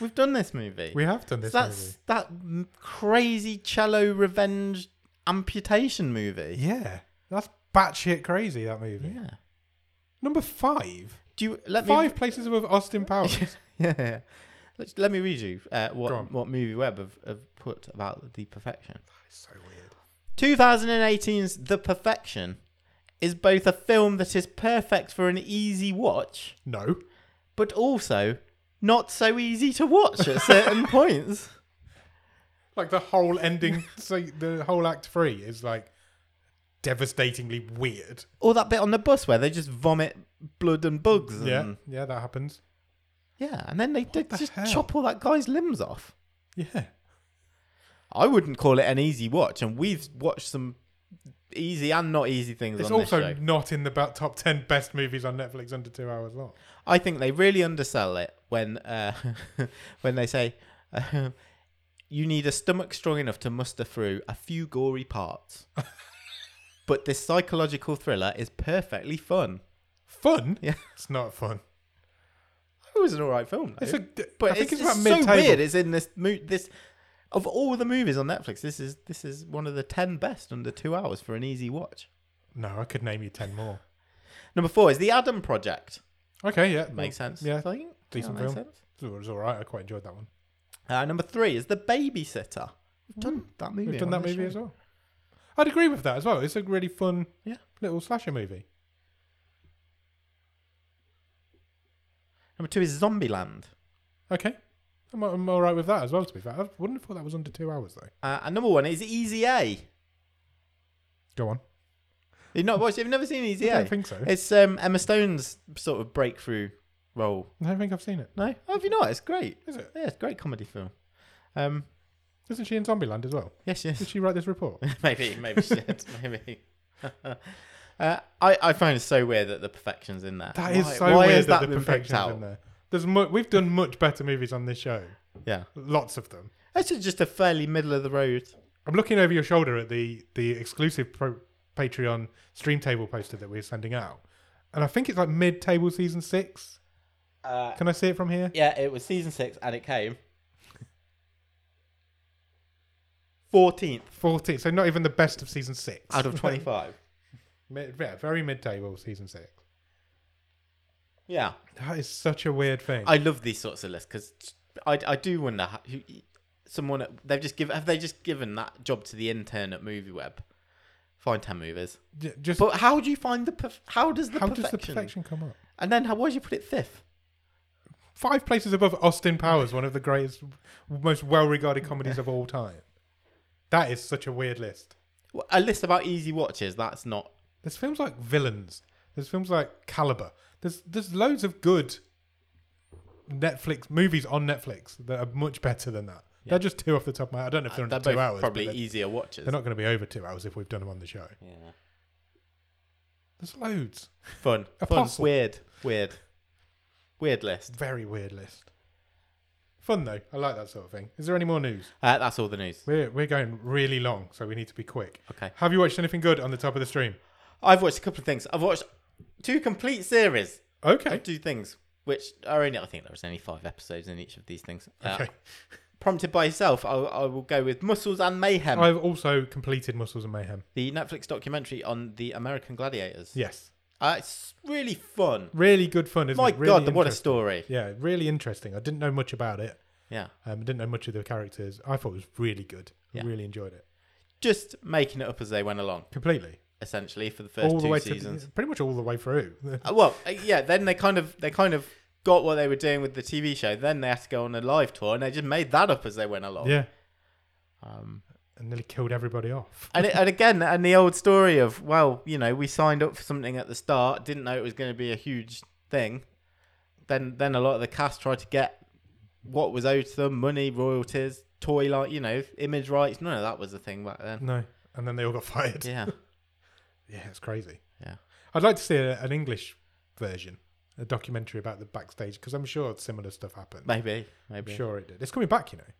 We've done this movie.
We have done
So
this
That's that m- crazy cello revenge amputation movie.
movie. Yeah. That's batshit crazy, that movie.
Yeah.
Number five.
Do you let me
Five places with Austin Powers.
yeah. Let, let me read you uh,
Go on.
what what Movie Web have, have put about The Perfection.
so weird.
2018's The Perfection is both a film that is perfect for an easy watch,
No.
but also not so easy to watch at certain points.
Like the whole ending, so the whole act three is like devastatingly weird.
Or that bit on the bus where they just vomit blood and bugs. And,
Yeah. Yeah, that happens.
Yeah, and then they did
the
just
hell?
chop all that guy's limbs off.
Yeah.
I wouldn't call it an easy watch, and we've watched some easy and not easy things
It's
on
also
this show.
not in the ba- top 10 best movies on Netflix under two hours long.
I think they really undersell it when uh, when they say uh, you need a stomach strong enough to muster through a few gory parts. but this psychological thriller is perfectly fun.
Fun?
Yeah.
It's not fun.
It was an all right film. Though.
It's a,
but
I think
it's,
it's, about
it's
mid
so weird. It's in this mo- this of all the movies on Netflix. This is this is one of the ten best under two hours for an easy watch.
No, I could name you 10 more.
Number four is The Adam Project.
Okay, yeah.
Makes sense.
Yeah.
I think.
Decent
Yeah, makes
film.
sense.
It was all right. I quite enjoyed that one.
Uh, number three is The Babysitter. We've done that movie.
Hmm. We've done that
on this
movie
show.
as well. I'd agree with that as well. It's a really fun
Yeah.
little slasher movie.
Number two is Zombieland.
Okay. I'm, I'm all right with that as well, to be fair. I wouldn't have thought that was under two hours, though.
Uh, and number one is Easy A.
Go on.
You've not watched. You've never seen Easy
I
A.
don't think so.
It's um, Emma Stone's sort of breakthrough role.
I don't think I've seen it.
No, Oh, have you not? It's great.
Is it?
Yeah, it's a great comedy film. Um,
Isn't she in Zombieland as well?
yes, yes.
Did she write this report?
maybe, maybe she did. Maybe. Uh, I I find it so weird that the perfection's in there.
That is
Why-
so
why
weird
has
that, the
been picked
perfection's in there. There's mu- we've done much better movies on this show.
Yeah,
Lots of them.
this is just a fairly middle of the road.
I'm looking over your shoulder at the the exclusive pro- Patreon stream table poster that we're sending out, and I think it's like mid table season six.
Uh,
Can I see it from here?
Yeah, it was season six, and it came fourteenth
Fourteen. So not even the best of season six
out of twenty-five.
Mid- yeah, very mid table season six.
yeah,
That is such a weird thing.
I love these sorts of lists because I, I do wonder how, who someone at- they've just given have they just given that job to the intern at Movie Web? Find ten movies,
J- just
but how do you find the perf- how does the
how
perfection?
does the perfection come up?
And then how why did you put it fifth?
Five places above Austin Powers, one of the greatest, most well-regarded comedies of all time. That is such a weird list.
Well, A list about easy watches. That's not
There's films like Villains. There's films like Caliber. There's there's loads of good Netflix movies on Netflix that are much better than that. They're just two off the top of my head. I don't know if they're
Uh, they're
under two
both
hours. but
probably e-
they're,
easier watches.
they're not going to be over two hours if we've done them on the show.
yeah.
There's loads.
Fun, fun,
Apostle.
weird, weird, weird list.
Very weird list. Fun though. I like that sort of thing. Is there any more news?
Uh, that's all the news.
We're we're going really long, so we need to be quick.
Okay.
Have you watched anything good on the top of the stream?
I've watched a couple of things. I've watched two complete series
Okay.
two things, which are only, I think there was only five episodes in each of these things. Uh,
Okay.
Prompted by yourself, I, I will go with Muscles and Mayhem,
I've also completed Muscles and Mayhem.
the Netflix documentary on the American Gladiators.
Yes.
Uh, it's really fun.
Really good fun, isn't
My
it? Really
God, what a
interesting.
story.
Yeah, really interesting. I didn't know much about it.
Yeah.
Um, I didn't know much of the characters. I thought it was really good. I
Yeah.
Really enjoyed it.
Just making it up as they went along,
Completely.
essentially, for the first
all the
two
way
seasons.
to pretty much all the way through.
Uh, well, uh, yeah, then they kind of, they kind of got what they were doing with the TV show. Then they had to go on a live tour and they just made that up as they went along.
yeah.
Um,
And nearly killed everybody off.
and, it, and again, and the old story of well, you know, we signed up for something at the start, didn't know it was going to be a huge thing. Then, then a lot of the cast tried to get what was owed to them: money, royalties, toy like you know, image rights. None of that was a thing back then.
No. And then they all got fired.
Yeah,
Yeah, it's crazy.
Yeah.
I'd like to see a, an English version, a documentary about the backstage, because I'm sure similar stuff happened.
maybe,
I'm
maybe
sure it did. It's coming back, you know.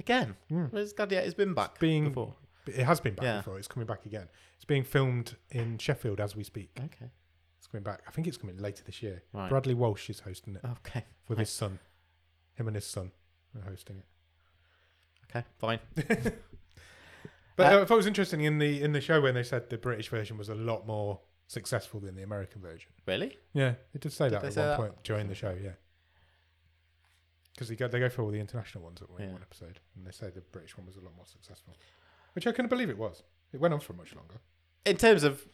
again.
Mm.
Where's Gladiator's been back
Being-
before?
It has been back
Yeah.
before. It's coming back again. It's being filmed in Sheffield as we speak.
Okay,
It's coming back. I think it's coming later this year.
right, Oh,
Bradley Walsh is hosting it.
okay,
with
Right.
his son. Him and his son are hosting it.
okay, fine.
But
Uh,
uh, I thought it was interesting in the in the show when they said the British version was a lot more successful than the American version.
Really?
Yeah, they did say
Did
that
they
at
say
one
that?
point during the show. Yeah, because they go they go for all the international ones at one,
Yeah.
one episode, and they say the British one was a lot more successful, which I couldn't believe it was. It went on for much longer.
In terms of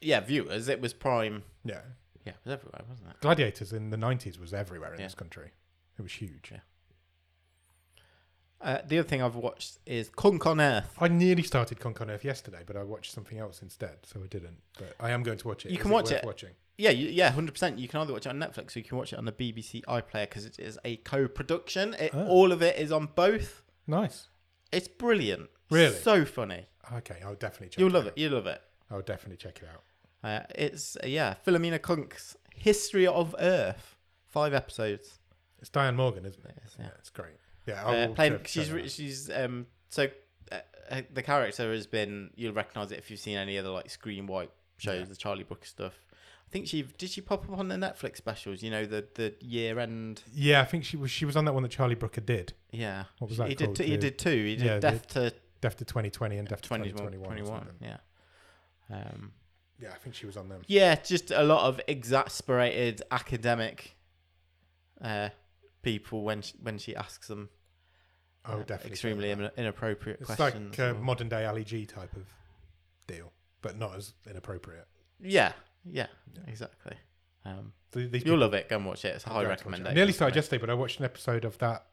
yeah, viewers, it was prime.
Yeah,
Yeah, it was everywhere, wasn't it?
Gladiators in the nineties was everywhere in
Yeah.
this country. It was huge.
Yeah. Uh, the other thing I've watched is Kunk on Earth.
I nearly started Conk on Earth yesterday, but I watched something else instead, so I didn't. But I am going to watch it.
You
Is
can watch
worth
it.
Watching.
Yeah, you, yeah, hundred percent. You can either watch it on Netflix or you can watch it on the BBC iPlayer because it is a co-production. It,
Oh.
All of it is on both.
Nice.
It's brilliant.
Really?
so funny.
Okay, I'll definitely check.
You'll
it
love it.
out.
You'll love it.
I'll definitely check it out.
Uh, it's uh, yeah, Philomena Kunk's History of Earth, five episodes.
It's Diane Morgan, isn't it?
It is, yeah.
it's great. Yeah, I
Uh,
will
playing,
check-
she's
check
re-
that out.
she's um so uh, uh, the character has been you'll recognize it if you've seen any other like Screen White shows,
Yeah.
the Charlie Brooker stuff. I think she did she pop up on the Netflix specials. You know the the year end.
yeah. I think she was she was on that one that Charlie Brooker did,
Yeah.
What was that
He
called?
did. T- he
The-
did two. He did
Yeah, the
Death to
Death to 2020 and Death to
2021.
2021. or
21,
something.
yeah. Um,
Yeah, I think she was on them.
yeah, just a lot of exasperated academic uh, people when she, when she asks them
I will
uh,
Oh, definitely. check
extremely
that out.
in- inappropriate
It's
questions.
like uh,
or-
modern day Ali G type of deal, but not as inappropriate.
yeah, yeah,
Yeah.
exactly. Um,
Th- These
you'll love it. Go and watch it. It's a
people
high
go out to watch it. I
recommendation.
nearly started
for me.
yesterday, but I watched an episode of that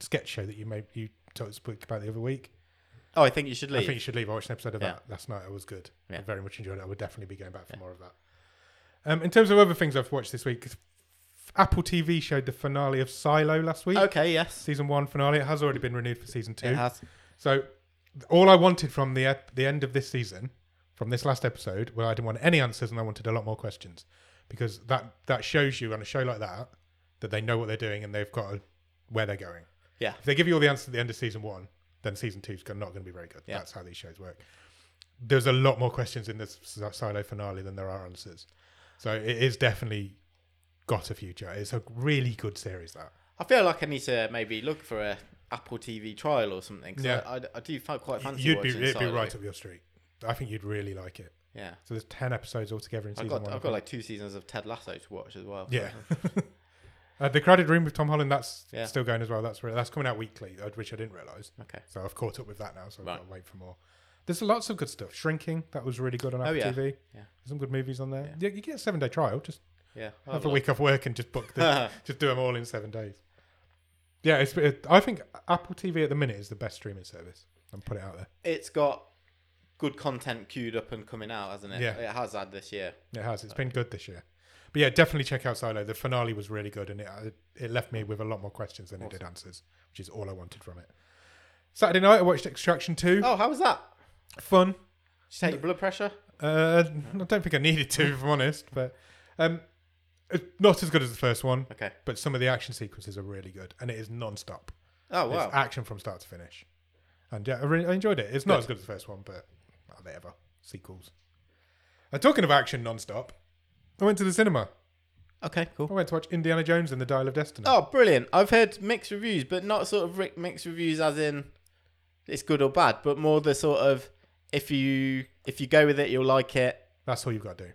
sketch show that you made you talked spoke about the other week.
Oh, I think you should
I think
leave.
you should leave. I watched an episode of
Yeah.
that last night. It was good. I
Yeah.
very much enjoyed it. I would definitely be going back for
Yeah.
more of that. Um, in terms of other things I've watched this week, Apple TV showed the finale of Silo last week.
Okay. Yes.
Season one finale. It has already been renewed for season two.
It has.
So all I wanted from the ep- the end of this season from this last episode where I didn't want any answers and I wanted a lot more questions because that that shows you on a show like that that they know what they're doing and they've got a, where they're going.
Yeah.
If they give you all the answers at the end of season one, then season two's go- not going to be very good.
Yeah.
That's how these shows work. There's a lot more questions in this s- silo finale than there are answers, so it is definitely got a future. It's a really good series. That
I feel like I need to maybe look for a Apple TV trial or something. 'cause
Yeah.
I, I, I do fi- quite fancy
you'd be
watching
it'd be
Silo.
right up your street. I think you'd really like it.
Yeah.
So there's ten episodes altogether in
I've
season
got
one.
I've got like two seasons of Ted Lasso to watch as well.
yeah. Uh, the crowded room with Tom Holland. That's
Yeah.
still going as well. That's re- that's coming out weekly, uh, which I didn't realize.
Okay.
So I've caught up with that now. So I've
Right.
got to wait for more. There's lots of good stuff. Shrinking that was really good on Apple
Oh, yeah.
TV.
Yeah.
Some good movies on there.
Yeah. Oh,
Yeah. You get a seven day trial. Just
Yeah. I'll
have a
look.
week off work and just book the, just do them all in seven days. Yeah, it's. It, I think Apple TV at the minute is the best streaming service. I'm put it out there.
it's got good content queued up and coming out, hasn't it?
Yeah.
It has had this year.
It has. It's been good this year. But yeah, definitely check out Silo. The finale was really good, and it uh, it left me with a lot more questions than it did answers, which is all I wanted from it. Saturday night, I watched Extraction Two.
Oh, how was that?
Fun.
Did you take your blood pressure?
Uh, I don't think I needed to, if I'm honest, but um, it's not as good as the first one.
Okay.
But some of the action sequences are really good, and it is non-stop.
Oh wow.
It's action from start to finish, and yeah, I, really, I enjoyed it. It's not as good as the first one, but are they ever sequels? And talking of action non-stop, I went to the cinema.
okay.
I
Cool.
went to watch Indiana Jones and the Dial of Destiny.
Oh, brilliant! I've heard mixed reviews, but not sort of ri- mixed reviews as in it's good or bad, but more the sort of if you if you go with it, you'll like it.
That's all you've got to do.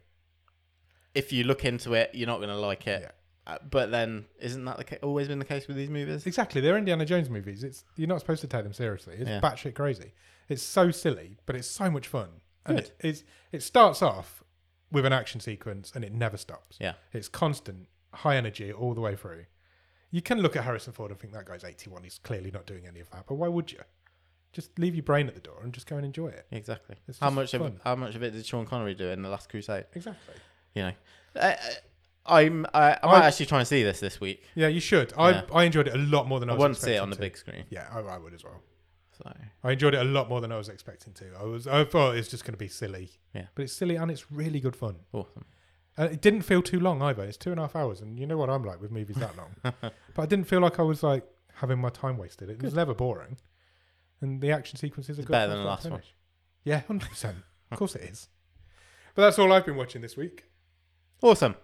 If you look into it, you're not going to like it.
Yeah.
Uh, but then, isn't that the ca- always been the case with these movies?
Exactly, they're Indiana Jones movies. It's you're not supposed to take them seriously. It's
Yeah.
batshit crazy. It's so silly, but it's so much fun. And
Good.
it, it's, it starts off with an action sequence, and it never stops.
Yeah.
it's constant, high energy all the way through. You can look at Harrison Ford and think that guy's 81. He's clearly not doing any of that. But why would you? Just leave your brain at the door and just go and enjoy it.
Exactly.
It's
How
just
much of
fun.
how much of it did Sean Connery do in the Last Crusade?
Exactly.
You know, uh, I'm I, I might actually try and see this this week.
Yeah, you should. I
Yeah.
I enjoyed it a lot more than I,
I
was
want to see it
expecting
on the
to.
big screen.
Yeah, I, I would as well.
So
I enjoyed it a lot more than I was expecting to. I was I thought it was just going to be silly.
Yeah.
But it's silly and it's really good fun.
awesome.
And it didn't feel too long either. It's two and a half hours, and you know what I'm like with movies that long. but I didn't feel like I was like having my time wasted. It was never boring, and the action sequences are good
better
from
than the
start to
last one.
finish. Yeah, hundred percent. Of course it is. But that's all I've been watching this week.
Awesome.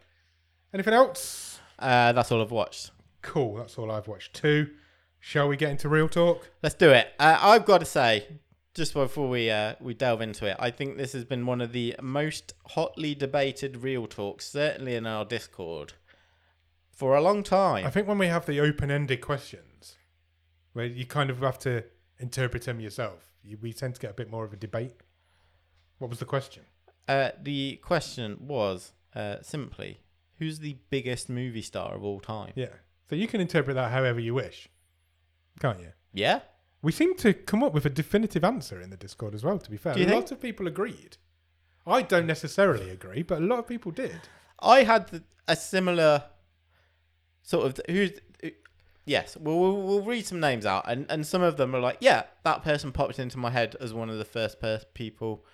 Anything else?
Uh, that's all I've watched.
Cool. That's all I've watched too. Shall we get into real talk?
Let's do it. Uh, I've got to say, just before we uh, we delve into it, I think this has been one of the most hotly debated real talks, certainly in our Discord, for a long
I
time.
think when we have the open-ended questions, where you kind of have to interpret them yourself, you, we tend to get a bit more of a debate. What was the question?
Uh, the question was uh, simply, who's the biggest movie star of all time?
Yeah. So you can interpret that however you wish, can't you?
Yeah.
We seem to come up with a definitive answer in the Discord as well. To be fair,
Do you
a
think?
lot of people agreed. I don't necessarily agree, but a lot of people did.
I had th- a similar sort of who's yes. Well, we'll we'll read some names out, and and some of them are like, yeah, that person popped into my head as one of the first pers- people,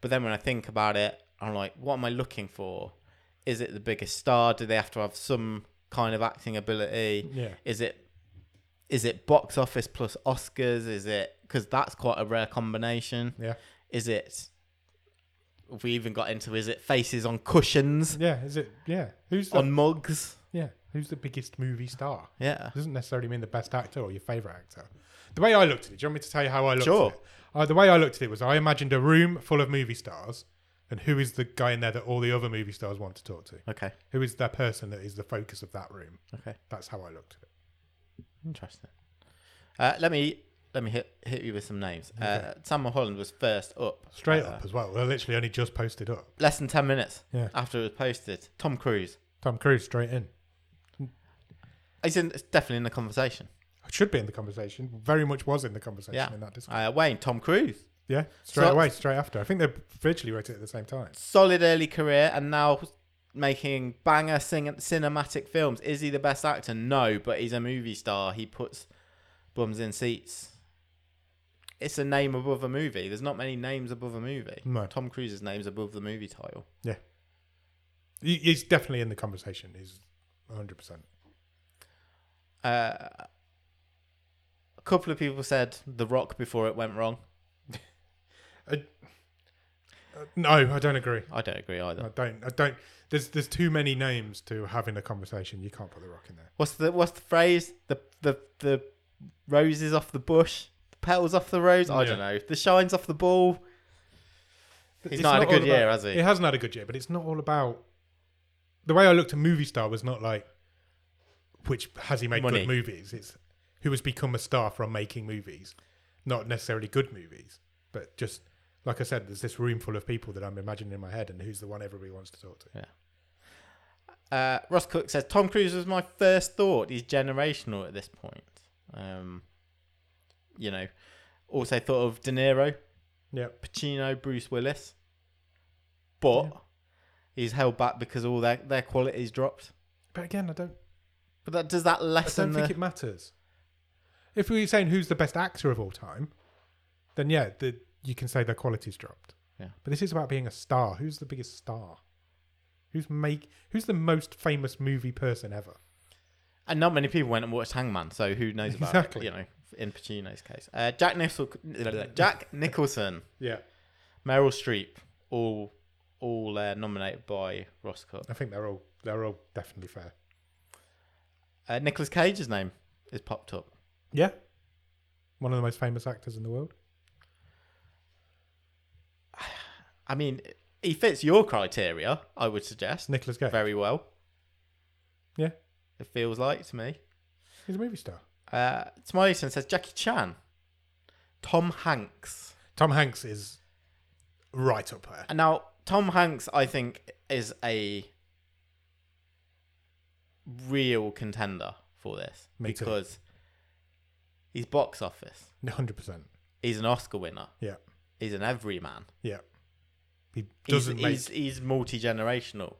but then when I think about it, I'm like, what am I looking for? Is it the biggest star? Do they have to have some kind of acting ability?
Yeah.
Is it is it box office plus Oscars? Is it because that's quite a rare combination?
Yeah.
Is it? We even got into is it faces on cushions?
Yeah. Is it? Yeah. Who's the,
on mugs.
yeah? Who's the biggest movie star?
Yeah.
Doesn't necessarily mean the best actor or your favorite actor. The way I looked at it, do you want me to tell you how I looked
Sure.
at it? Uh, the way I looked at it was I imagined a room full of movie stars, and who is the guy in there that all the other movie stars want to talk to?
Okay.
Who is that person that is the focus of that room?
Okay.
That's how I looked at it.
Interesting. Uh, let me let me hit hit you with some names. Uh, Sam Holland was first up.
Straight
Uh,
up as well. Well, literally only just posted up.
Less than ten minutes
Yeah.
after it was posted. Tom Cruise.
Tom Cruise straight in.
He's in, it's definitely in the conversation.
Should be in the conversation. Very much was in the conversation
Yeah.
in that discussion.
Uh, Wayne. Tom Cruise.
Yeah, straight
So-
away, straight after. I think they virtually wrote it at the same time.
Solid early career and now making banger sing- cinematic films. Is he the best actor? No, but he's a movie star. He puts bums in seats. it's a name above a movie. There's not many names above a movie.
No.
Tom Cruise's name's above the movie title.
He- He's definitely in the conversation. He's 100. percent
Uh, a couple of people said The Rock before it went wrong.
Uh, No, I don't agree.
I don't agree either.
I don't. I don't. There's there's too many names to have in a conversation. You can't put the rock in there.
What's the what's the phrase? The the the roses off the bush, the petals off the rose. I don't know. The shines off the ball. He's
It's
not had a
all
good year,
about-
has he?
He hasn't had a good year, but it's not all about. The way I looked at movie star was not like, which has he made
Money.
good movies? It's who has become a star from making movies, not necessarily good movies, but just like I said, there's this room full of people that I'm imagining in my head, and who's the one everybody wants to talk to.
Uh, Ross Cook says Tom Cruise was my first thought. He's generational at this point. Um, you know, also thought of De Niro,
Yeah,
Pacino, Bruce Willis, but
Yeah.
he's held back because all their their qualities dropped.
but again, I don't.
But that does that
I
lessen
don't
the
think it matters. If we were saying who's the best actor of all time, then yeah, the, you can say their quality's dropped.
Yeah.
But this is about being a star. Who's the biggest star? Who's make? Who's the most famous movie person ever?
And not many people went and watched Hangman, so who knows about
Exactly.
it? You know, in Pacino's case, uh, Jack Nicholson, Jack Nicholson,
Yeah,
Meryl Streep, all all uh, nominated by Ross Cook.
I think they're all they're all definitely fair.
Uh, Nicholas Cage's name is popped up.
Yeah, one of the most famous actors in the world.
I mean, he fits your criteria, I would suggest,
Nicholas Cage.
very well.
Yeah,
It feels like to me.
he's a movie star.
Uh, Smileyson says Jackie Chan, Tom Hanks.
Tom Hanks is right up there.
And now Tom Hanks, I think, is a real contender for this
Me too.
because he's box office.
One hundred percent.
He's an Oscar winner.
Yeah,
He's an everyman.
yeah. He
He's
doesn't make.
he's, he's multi generational.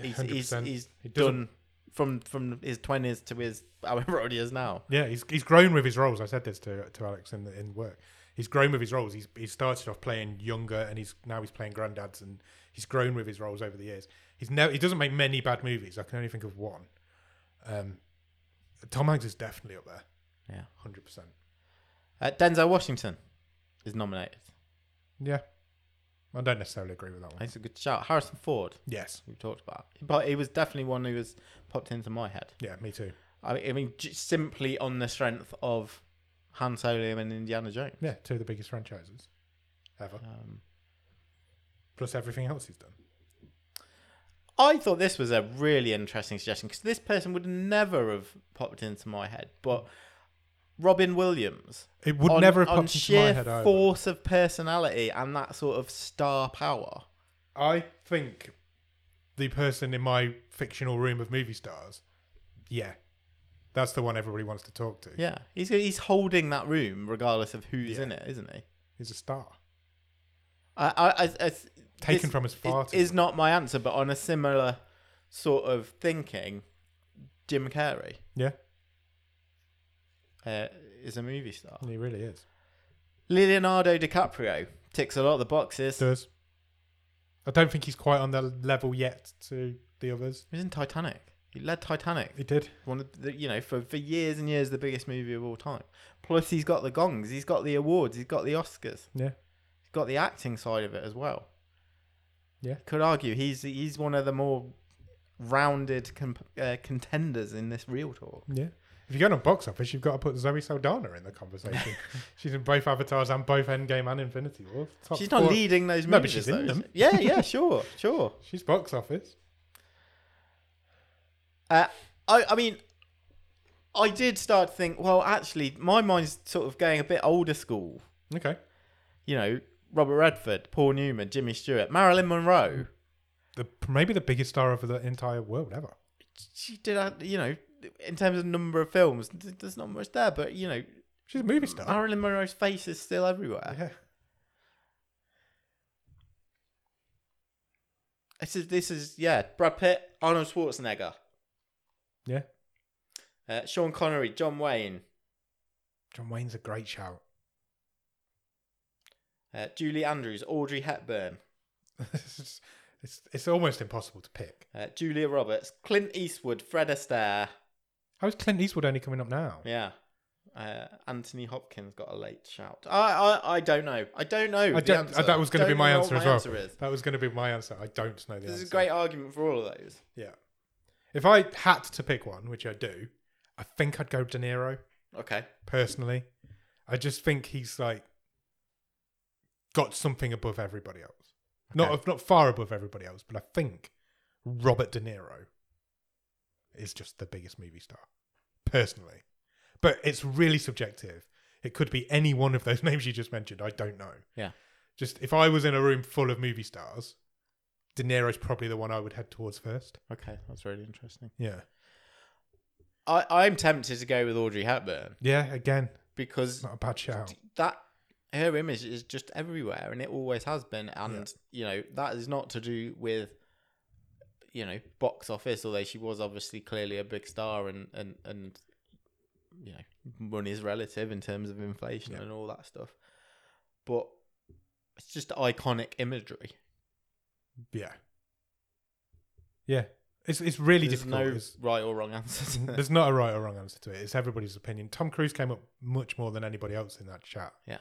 He's he's
100%.
he's
He doesn't-
done from from his twenties to his however old he is now.
Yeah, he's, he's grown with his roles. I said this to, to Alex in in work. He's grown with his roles. He's he started off playing younger, and he's now he's playing granddads, and he's grown with his roles over the years. He's no, he doesn't make many bad movies. I can only think of one. Um, Tom Hanks is definitely up there.
Yeah.
hundred percent.
Uh, Denzel Washington is nominated.
Yeah, I don't necessarily agree with that one.
That's a good shout. Harrison Ford,
yes,
we talked about, but he was definitely one who was popped into my head.
yeah, me too.
I mean, I mean, j- simply on the strength of Han Solo and Indiana Jones.
Yeah, two of the biggest franchises ever,
Um,
plus everything else he's done.
I thought this was a really interesting suggestion because this person would never have popped into my head, but Robin Williams
It would
on,
never have
on
popped into
sheer
my head. either.
force of personality and that sort of star power.
I think the person in my fictional room of movie stars, yeah, that's the one everybody wants to talk to.
Yeah, he's he's holding that room regardless of who's
Yeah.
in it, isn't he?
He's a star.
I, I, I, I
Taken
this
from his fart.
Is, is not my answer, but on a similar sort of thinking, Jim Carrey.
Yeah,
uh, is a movie star.
he really is.
Leonardo DiCaprio ticks a lot of the boxes. He
Does. I don't think he's quite on the level yet to the others.
was in Titanic. He led Titanic,
He did.
one of the, you know for for years and years the biggest movie of all time. Plus he's got the gongs, he's got the awards, he's got the Oscars,
Yeah.
he's got the acting side of it as well.
Yeah.
could argue he's he's one of the more rounded comp- uh, contenders in this real talk.
Yeah. If you're going on box office, you've got to put Zoe Saldana in the conversation. she's in both Avatars and both Endgame and Infinity War. Top
She's not
four.
leading those movies.
No, but she's
though,
in
is
them.
she? Yeah, yeah, sure, sure.
She's box office.
Uh, I, I mean, I did start to think, well, actually, my mind's sort of going a bit older school.
Okay.
You know, Robert Redford, Paul Newman, Jimmy Stewart, Marilyn Monroe.
The, maybe the biggest star of the entire world ever.
She did, uh, you know, in terms of number of films, th- there's not much there, but, you know,
She's a movie star.
Marilyn Monroe's face is still everywhere.
Yeah.
This is, this is yeah, Brad Pitt, Arnold Schwarzenegger,
Yeah.
uh, Sean Connery, John Wayne.
John Wayne's a great shout.
Uh, Julie Andrews, Audrey Hepburn,
it's, it's it's almost impossible to pick.
uh, Julia Roberts, Clint Eastwood, Fred Astaire.
How is Clint Eastwood only coming up now?
Yeah. Uh, Anthony Hopkins got a late shout. I I, I don't know. I don't know.
I
the
don't,
answer.
uh, that was going to be
Don't
my
know what
answer as well.
answer is.
That was going to be my answer. I don't know the
This
answer.
is a great argument for all of those.
Yeah. If I had to pick one, which I do, I think I'd go De Niro
Okay.
personally. I just think he's like got something above everybody else. Not not far above everybody else, but I think Robert De Niro is just the biggest movie star personally. But it's really subjective. It could be any one of those names you just mentioned. I don't know.
Yeah.
Just if I was in a room full of movie stars, De Niro's probably the one I would head towards first.
Okay. That's really interesting.
Yeah.
I, I'm tempted to go with Audrey Hepburn
Yeah, again, it's
because
not a bad shout.
that her image is just everywhere and it always has been and you know that is not to do with you know box office although she was obviously clearly a big star and and and you know money is relative in terms of inflation
Yeah.
and all that stuff but it's just iconic imagery
Yeah. Yeah. It's it's really
there's
difficult.
no
It's-
right or wrong answer to that.
There's not a right or wrong answer to it. It's everybody's opinion. Tom Cruise came up much more than anybody else in that chat.
Yeah.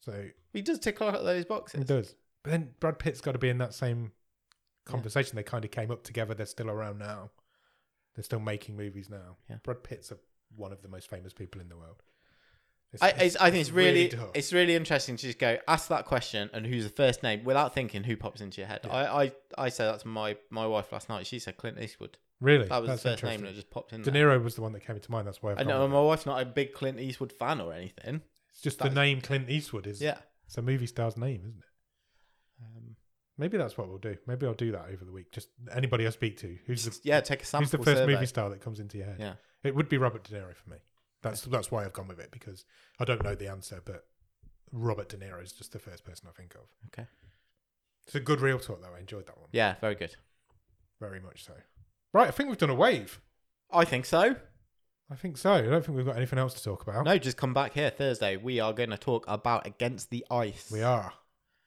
So
he does tick a lot of those
it
boxes
does. But then Brad Pitt's got to be in that same conversation. They kind of came up together. They're still around now. They're still making movies now.
Yeah.
Brad Pitt's a, one of the most famous people in the world. It's-
I, it's, I think it's really,
tough.
it's really interesting to just go ask that question and who's the first name without thinking who pops into your head. I, I I said that to my my wife last night. She said Clint Eastwood.
really
That was
That's
the first name
interesting.
that just popped in.
De
There.
Niro was the one that came to mind. That's why I've
I know my wife's not a big Clint Eastwood fan or anything.
It's just the
That's-
name Clint Eastwood is.
Yeah.
It's a movie star's name, isn't it?
Um,
Maybe that's what we'll do. Maybe I'll do that over the week. Just anybody I speak to, who's the
just- yeah, take a sample.
who's the first
survey.
movie star that comes into your head?
Yeah.
it would be Robert De Niro for me. That's that's why I've gone with it because I don't know the answer, but Robert De Niro is just the first person I think of.
Okay.
it's a good real talk though. I enjoyed that one
Yeah, very good.
very much. So, right, I think we've done a wave.
I think so.
I think so. I don't think we've got anything else to talk about.
No, just come back here Thursday. We are going to talk about Against the Ice.
We are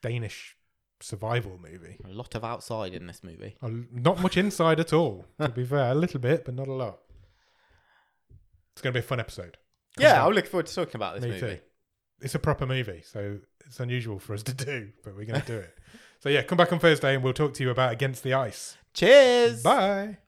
Danish survival movie.
A lot of outside in this movie.
Uh, Not much inside at all. To be fair, a little bit, but not a lot. It's going to be a fun episode.
yeah,
out.
I'm looking forward to talking about this
Me
movie.
too. It's a proper movie, so it's unusual for us to do, but we're going to do it. So yeah, come back on Thursday and we'll talk to you about Against the Ice.
Cheers.
Bye.